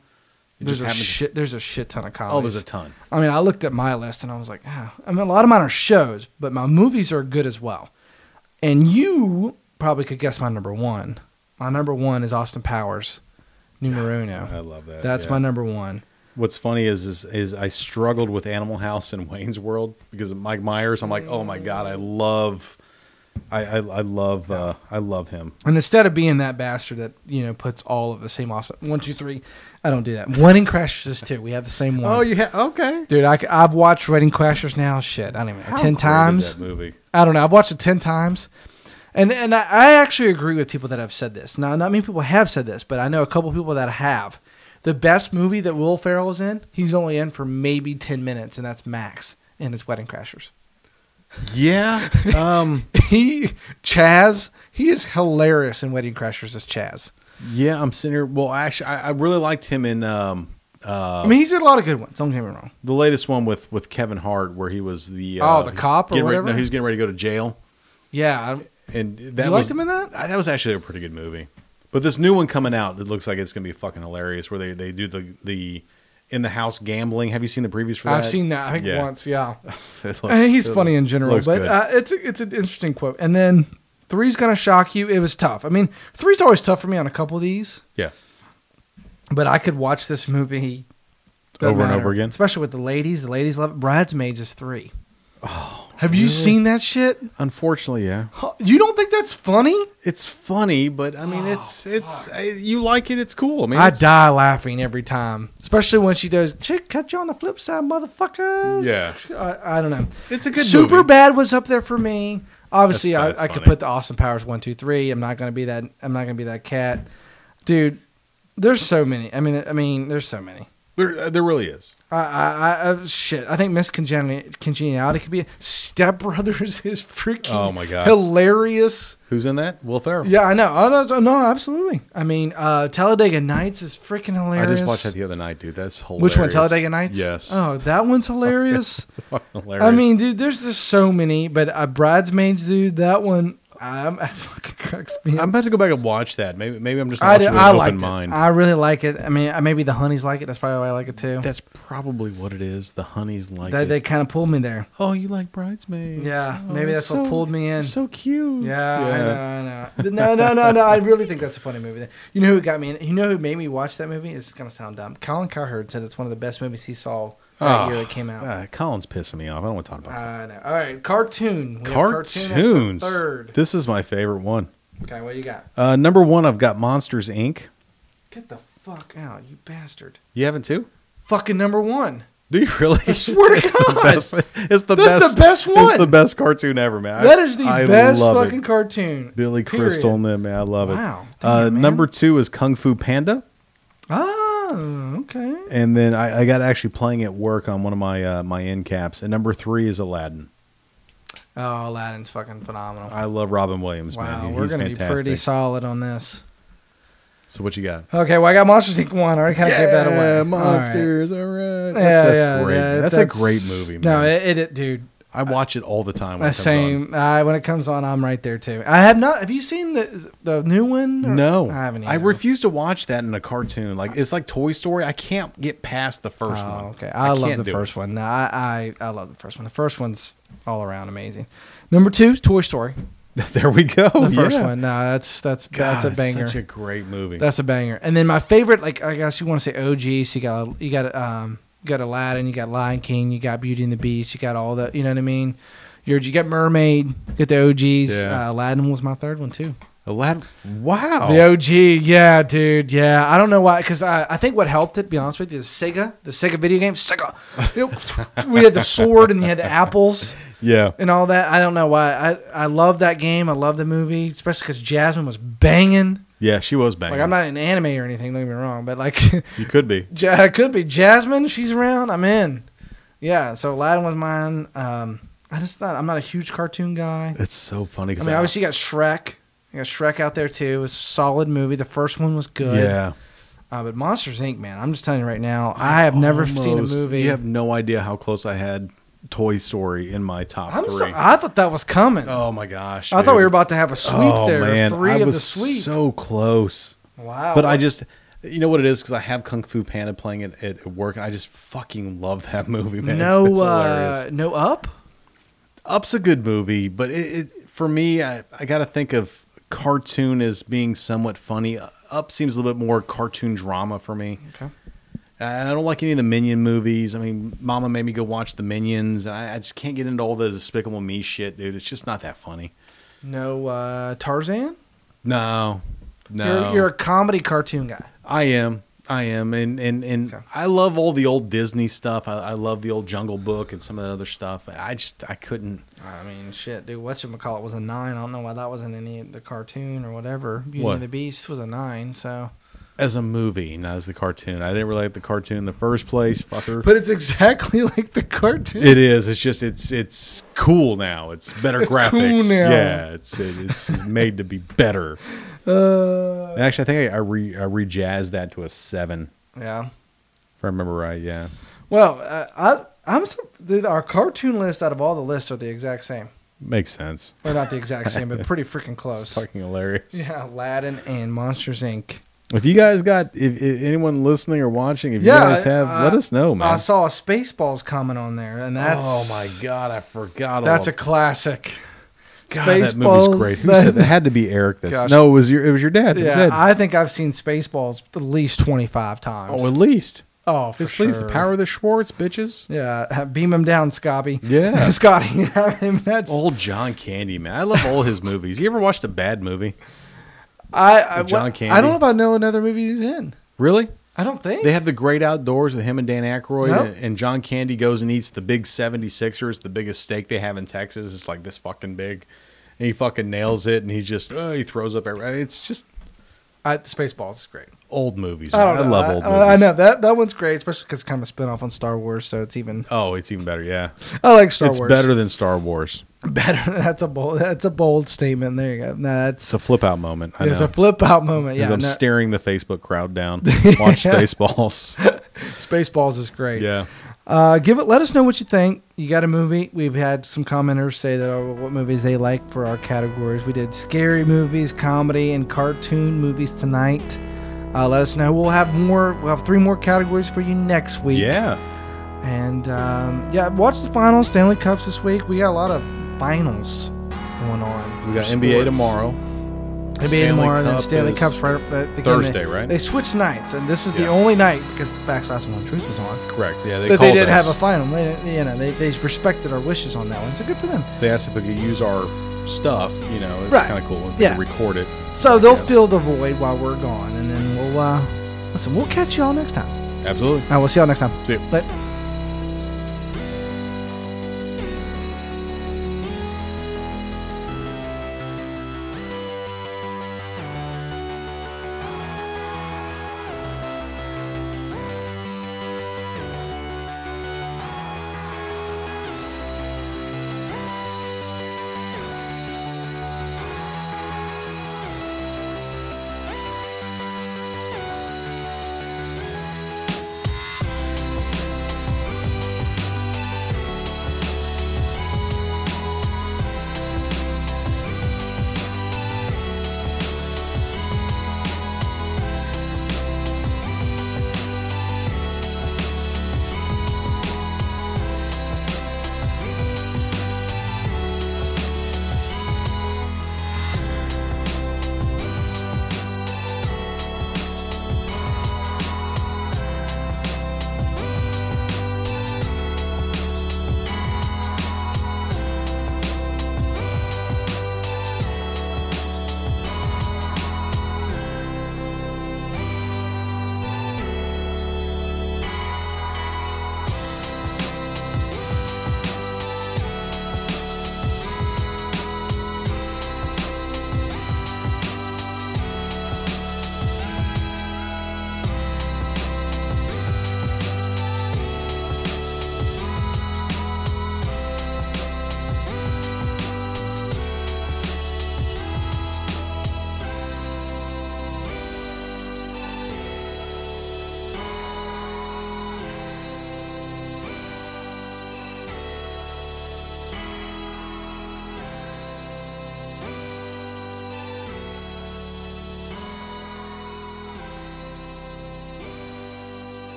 Speaker 2: It
Speaker 3: There's
Speaker 2: just
Speaker 3: a
Speaker 2: happens.
Speaker 3: shit. There's a shit ton of comedies.
Speaker 2: oh, there's a ton.
Speaker 3: I mean, I looked at my list and I was like, ah. I mean, a lot of mine are shows, but my movies are good as well. And you probably could guess my number one. My number one is Austin Powers, Numero
Speaker 2: I
Speaker 3: Uno.
Speaker 2: love that.
Speaker 3: That's
Speaker 2: yeah.
Speaker 3: my number one.
Speaker 2: What's funny is, is is I struggled with Animal House and Wayne's World because of Mike Myers. I'm like, oh my god, I love, I I, I love uh, I love him.
Speaker 3: And instead of being that bastard that you know puts all of the same Austin one, two, three, I don't do that. One in Crashers is two. We have the same one.
Speaker 2: Oh, you ha- okay?
Speaker 3: dude, I, have watched Wedding Crashers now. Shit, I don't even know.
Speaker 2: How
Speaker 3: ten
Speaker 2: great is
Speaker 3: times.
Speaker 2: that movie.
Speaker 3: I don't know. I've watched it ten times, and and I, I actually agree with people that have said this. Now, not many people have said this, but I know a couple people that have. The best movie that Will Ferrell is in, he's only in for maybe ten minutes, and that's max. And it's Wedding Crashers. (laughs)
Speaker 2: Yeah. Um.
Speaker 3: He Chaz, he is hilarious in Wedding Crashers as Chaz.
Speaker 2: yeah. I'm sitting here. Well, actually, I, I really liked him in um
Speaker 3: I mean, he's in a lot of good ones. Don't get me wrong.
Speaker 2: The latest one with with Kevin Hart, where he was the uh,
Speaker 3: Oh, the cop or
Speaker 2: getting ready-
Speaker 3: whatever?
Speaker 2: no, he was getting ready to go to jail,
Speaker 3: Yeah, I-
Speaker 2: and that
Speaker 3: You liked
Speaker 2: was
Speaker 3: him in that?
Speaker 2: I- that was actually a pretty good movie. But this new one coming out, it looks like it's going to be fucking hilarious. Where they they do the the in the house gambling. Have you seen the previews for that?
Speaker 3: I've seen that. I think
Speaker 2: Yeah.
Speaker 3: once. Yeah,
Speaker 2: (laughs) It looks-
Speaker 3: I mean, he's
Speaker 2: it
Speaker 3: funny in general,
Speaker 2: looks
Speaker 3: but
Speaker 2: good.
Speaker 3: uh, it's a, it's an interesting quote. And then three's gonna shock you. It was tough. I mean, three's always tough for me on a couple of these,
Speaker 2: yeah,
Speaker 3: but I could watch this movie doesn't
Speaker 2: Over and over again?
Speaker 3: especially with the ladies. The ladies love it. Bridesmaids is three. Oh, have you seen that shit?
Speaker 2: unfortunately, yeah,
Speaker 3: Huh, You don't think that's funny?
Speaker 2: it's funny, but I mean, it's it's uh, you like it, it's cool. I mean,
Speaker 3: Oh, I
Speaker 2: it's-
Speaker 3: die laughing every time, especially when she does. Chick, cut you on the flip side, motherfuckers.
Speaker 2: Yeah.
Speaker 3: I, I don't know.
Speaker 2: It's a good
Speaker 3: Super
Speaker 2: movie.
Speaker 3: bad was up there for me. Obviously,
Speaker 2: That's-
Speaker 3: I,
Speaker 2: that's
Speaker 3: I could
Speaker 2: funny.
Speaker 3: put the Austin Powers one, two, three. I'm not gonna be that. I'm not gonna be that cat, dude. There's so many. I mean, I mean, there's so many.
Speaker 2: there uh, there really is.
Speaker 3: I, I, I uh, shit. I think Miss Congeni- Congeniality could be Step Brothers (laughs) is freaking.
Speaker 2: Oh my God.
Speaker 3: hilarious.
Speaker 2: Who's in that? Will Ferrell.
Speaker 3: Yeah, I know. Oh, no, no, absolutely. I mean, uh, Talladega Nights is freaking
Speaker 2: I
Speaker 3: hilarious.
Speaker 2: just watched that the other night, dude. That's hilarious.
Speaker 3: Which one, Talladega Nights?
Speaker 2: Yes. (laughs)
Speaker 3: Oh, that one's hilarious.
Speaker 2: hilarious.
Speaker 3: I mean, dude, there's just so many. But uh, Bridesmaids, dude, that one, (laughs) um, it fucking cracks me.
Speaker 2: I'm
Speaker 3: up.
Speaker 2: about to go back and watch that. Maybe maybe I'm just
Speaker 3: I,
Speaker 2: not
Speaker 3: do,
Speaker 2: with an
Speaker 3: I
Speaker 2: open
Speaker 3: liked it.
Speaker 2: mind.
Speaker 3: I really like it. I mean, uh, maybe the honeys like it. That's probably why I like it too.
Speaker 2: That's probably what it is. The honeys like
Speaker 3: Oh. They,
Speaker 2: it.
Speaker 3: they kind of pulled me there.
Speaker 2: oh, you like bridesmaids?
Speaker 3: Yeah,
Speaker 2: Oh,
Speaker 3: maybe
Speaker 2: it's
Speaker 3: that's what
Speaker 2: so-
Speaker 3: pulled me in.
Speaker 2: it's So cute.
Speaker 3: Yeah, I know, I know. But no, no, no, no. I really think that's a funny movie. You know who got me? In, you know who made me watch that movie? It's gonna sound dumb. Colin Cowherd said it's one of the best movies he saw that
Speaker 2: Oh,
Speaker 3: year it came out.
Speaker 2: Uh, Colin's pissing me off. I don't want to talk about that.
Speaker 3: I know. All right, cartoon. We have Uh, cartoon as the
Speaker 2: Ah. cartoons.
Speaker 3: third.
Speaker 2: This is my favorite one.
Speaker 3: Okay, what you got?
Speaker 2: Uh, number one, I've got Monsters Inc.
Speaker 3: Get the fuck out, you bastard!
Speaker 2: You haven't too?
Speaker 3: Fucking number one.
Speaker 2: Do you really?
Speaker 3: I
Speaker 2: (laughs)
Speaker 3: swear to God,
Speaker 2: Best- it's
Speaker 3: That's the
Speaker 2: the best.
Speaker 3: best
Speaker 2: It's
Speaker 3: one.
Speaker 2: the best cartoon ever, man. I-
Speaker 3: that is the
Speaker 2: I
Speaker 3: best
Speaker 2: love it.
Speaker 3: fucking cartoon.
Speaker 2: Billy
Speaker 3: period.
Speaker 2: Crystal and them, man. I love it.
Speaker 3: Wow.
Speaker 2: uh,
Speaker 3: Damn, man.
Speaker 2: number two is Kung Fu Panda.
Speaker 3: Oh, okay.
Speaker 2: and then I, I got actually playing at work on one of my uh, my end caps. And number three is Aladdin.
Speaker 3: Oh, Aladdin's fucking phenomenal.
Speaker 2: I love Robin Williams,
Speaker 3: wow,
Speaker 2: man. He-
Speaker 3: we're
Speaker 2: He's
Speaker 3: gonna be
Speaker 2: fantastic.
Speaker 3: pretty solid on this.
Speaker 2: so what you got?
Speaker 3: Okay, well, I got Monsters Inc. one. I already kind of gave that away. All right.
Speaker 2: monsters. All right,
Speaker 3: Yeah,
Speaker 2: that's, that's
Speaker 3: yeah,
Speaker 2: great.
Speaker 3: yeah,
Speaker 2: that's, a great movie. Man.
Speaker 3: No, it, it, it- dude.
Speaker 2: I watch it all the time. When
Speaker 3: The
Speaker 2: it comes
Speaker 3: same. I when it comes on, I'm right there too. I have not. Have you seen the the new one?
Speaker 2: On. No,
Speaker 3: I haven't. Either.
Speaker 2: I refuse to watch that in a cartoon. Like it's like Toy Story. I can't get past the first
Speaker 3: Oh,
Speaker 2: one.
Speaker 3: okay. I, love
Speaker 2: can't
Speaker 3: the
Speaker 2: do
Speaker 3: first
Speaker 2: (laughs) it.
Speaker 3: one. No, I, I I love the first one. The first one's all around amazing. Number two, is Toy Story.
Speaker 2: there we go.
Speaker 3: The first
Speaker 2: Oh, yeah.
Speaker 3: one. No, that's that's
Speaker 2: God,
Speaker 3: that's a
Speaker 2: it's
Speaker 3: banger.
Speaker 2: Such a great movie.
Speaker 3: That's a banger. And then my favorite, like I guess you want to say OG. So you got you got um, You got Aladdin, you got Lion King, you got Beauty and the Beast, you got all the, you know what I mean? You're, you got Mermaid, you got the OGs.
Speaker 2: Yeah.
Speaker 3: Uh, Aladdin was my third one too.
Speaker 2: Aladdin. Wow.
Speaker 3: The OG, yeah, dude, yeah. I don't know why, because I, I think what helped it, to be honest with you, is Sega, the Sega video game, Sega. (laughs) we had the sword and you had the apples
Speaker 2: yeah.
Speaker 3: and all that. I don't know why. I I love that game. I love the movie, especially because Jasmine was banging.
Speaker 2: Yeah. She was banging.
Speaker 3: Like I'm not an anime or anything. Don't get me wrong, but like (laughs)
Speaker 2: You could be.
Speaker 3: Ja- it could be Jasmine. She's around. I'm in. Yeah. So Aladdin was mine. Um, I just thought I'm not a huge cartoon guy.
Speaker 2: It's so funny.
Speaker 3: I
Speaker 2: 'cause
Speaker 3: mean, obviously you got Shrek. You got Shrek out there too. It was a solid movie. The first one was good.
Speaker 2: Yeah.
Speaker 3: Uh, but Monsters Inc. Man, I'm just telling you right now, I have never seen a
Speaker 2: Almost.
Speaker 3: movie.
Speaker 2: You have no idea how close I had Toy Story in my top
Speaker 3: I'm
Speaker 2: three.
Speaker 3: so, I thought that was coming.
Speaker 2: oh my gosh!
Speaker 3: I thought we
Speaker 2: dude.
Speaker 3: were about to have a sweep
Speaker 2: Oh,
Speaker 3: there.
Speaker 2: man,
Speaker 3: Three
Speaker 2: I
Speaker 3: of
Speaker 2: was
Speaker 3: the sweep. Oh,
Speaker 2: So close.
Speaker 3: wow.
Speaker 2: but I just, you know what it is? Because I have Kung Fu Panda playing it at work, and I just fucking love that (laughs) movie, man.
Speaker 3: no,
Speaker 2: it's, it's hilarious.
Speaker 3: uh, no up.
Speaker 2: Up's a good movie, but it, it for me, I, I got to think of cartoon as being somewhat funny. Up seems a little bit more cartoon drama for me.
Speaker 3: Okay.
Speaker 2: I I don't like any of the Minion movies. I mean, Mama made me go watch the Minions, and I, I just can't get into all the Despicable Me shit, dude. It's just not that funny.
Speaker 3: No uh, Tarzan.
Speaker 2: No, no,
Speaker 3: You're, you're a comedy cartoon guy.
Speaker 2: I am. I am, and and and
Speaker 3: Okay.
Speaker 2: I love all the old Disney stuff. I, I love the old Jungle Book and some of that other stuff. I just I couldn't.
Speaker 3: I mean, shit, dude. What's your McCall? It was a nine. I don't know why that wasn't any of the cartoon or whatever. Beauty
Speaker 2: What?
Speaker 3: and the Beast was a nine. So,
Speaker 2: As a movie, not as the cartoon. I didn't really like the cartoon in the first place, fucker.
Speaker 3: (laughs) but it's exactly like the cartoon.
Speaker 2: it is. It's just it's it's cool now. It's better
Speaker 3: It's cool
Speaker 2: graphics.
Speaker 3: now.
Speaker 2: Yeah, it's it, it's made to be better.
Speaker 3: Uh,
Speaker 2: And actually, I think I, I re I rejazzed that to a seven,
Speaker 3: yeah.
Speaker 2: if I remember right. Yeah,
Speaker 3: Well, uh, I I'm sur- dude, our cartoon list out of all the lists are the exact same.
Speaker 2: makes sense.
Speaker 3: Well, not the exact same, but pretty freaking close.
Speaker 2: (laughs) It's fucking hilarious.
Speaker 3: (laughs) Yeah, Aladdin and Monsters Inc.
Speaker 2: If you guys got, if, if anyone listening or watching, if
Speaker 3: Yeah,
Speaker 2: you guys have,
Speaker 3: uh,
Speaker 2: let us know, Oh, man.
Speaker 3: I saw a Spaceballs comment on there, and that's
Speaker 2: oh my god, I forgot.
Speaker 3: that's a
Speaker 2: all.
Speaker 3: classic.
Speaker 2: god, that movie's great. Who said that? It had to be Eric. This
Speaker 3: Gosh.
Speaker 2: no, it was your it was your dad. It was
Speaker 3: Yeah,
Speaker 2: Ed.
Speaker 3: I think I've seen Spaceballs at least twenty five times.
Speaker 2: oh, at least
Speaker 3: Oh, for
Speaker 2: at least the
Speaker 3: sure.
Speaker 2: power of the Schwartz bitches.
Speaker 3: Yeah, have- beam him down, Scotty. (laughs)
Speaker 2: Yeah.
Speaker 3: Scotty. I mean, that's
Speaker 2: Old John Candy, man. I love all his movies. You ever watched a bad movie?
Speaker 3: I. I,
Speaker 2: John
Speaker 3: what-
Speaker 2: Candy.
Speaker 3: I don't know if I know another movie he's in.
Speaker 2: Really?
Speaker 3: I don't think.
Speaker 2: They have the great outdoors with him and Dan Aykroyd,
Speaker 3: Nope.
Speaker 2: and, and John Candy goes and eats the big 76ers, the biggest steak they have in Texas. It's like this fucking big. And he fucking nails it, and he just, uh, he throws up every. It's just
Speaker 3: I, Spaceballs is great.
Speaker 2: old movies.
Speaker 3: I
Speaker 2: Man.
Speaker 3: don't
Speaker 2: I,
Speaker 3: know.
Speaker 2: love old
Speaker 3: I,
Speaker 2: movies.
Speaker 3: I know that that one's great, especially because it's kind of a spin off on Star Wars, so it's even.
Speaker 2: Oh, it's even better. Yeah.
Speaker 3: I like Star
Speaker 2: it's
Speaker 3: Wars. (laughs)
Speaker 2: better than Star Wars.
Speaker 3: Better. That's a bold. That's a bold statement. There you go. No, that's
Speaker 2: It's a flip out moment. I know.
Speaker 3: there's a flip out moment.
Speaker 2: 'Cause
Speaker 3: Yeah,
Speaker 2: I'm
Speaker 3: no,
Speaker 2: staring the Facebook
Speaker 3: (laughs)
Speaker 2: crowd down. Watch Spaceballs.
Speaker 3: Spaceballs is great.
Speaker 2: (laughs) yeah.
Speaker 3: Uh, give it. Let us know what you think. You got a movie? We've had some commenters say that oh, what movies they like for our categories. We did scary movies, comedy, and cartoon movies tonight. Uh, let us know. We'll have more. We'll have three more categories for you next week.
Speaker 2: Yeah.
Speaker 3: And um, yeah, watch the finals, Stanley Cups this week. We got a lot of finals going on.
Speaker 2: We got
Speaker 3: for
Speaker 2: NBA
Speaker 3: sports.
Speaker 2: tomorrow.
Speaker 3: NBA
Speaker 2: Stanley
Speaker 3: tomorrow, and then
Speaker 2: Cup
Speaker 3: Stanley
Speaker 2: is
Speaker 3: Cups right up at the
Speaker 2: Thursday,
Speaker 3: They,
Speaker 2: right?
Speaker 3: they switched nights, and this is the
Speaker 2: Yeah.
Speaker 3: only night because Facts Last One Truth was on.
Speaker 2: Correct. Yeah. They,
Speaker 3: that they
Speaker 2: called
Speaker 3: did
Speaker 2: us.
Speaker 3: have a final. They, you know, they, they respected our wishes on that one, so good for them.
Speaker 2: they asked if we could use our stuff. You know, it's
Speaker 3: Right.
Speaker 2: kind of cool. We
Speaker 3: Yeah.
Speaker 2: could record it.
Speaker 3: So they'll
Speaker 2: Yeah.
Speaker 3: fill the void while we're gone, and then we'll uh, listen. We'll catch y'all next time.
Speaker 2: Absolutely.
Speaker 3: I will see y'all next time.
Speaker 2: See ya.
Speaker 3: Bye.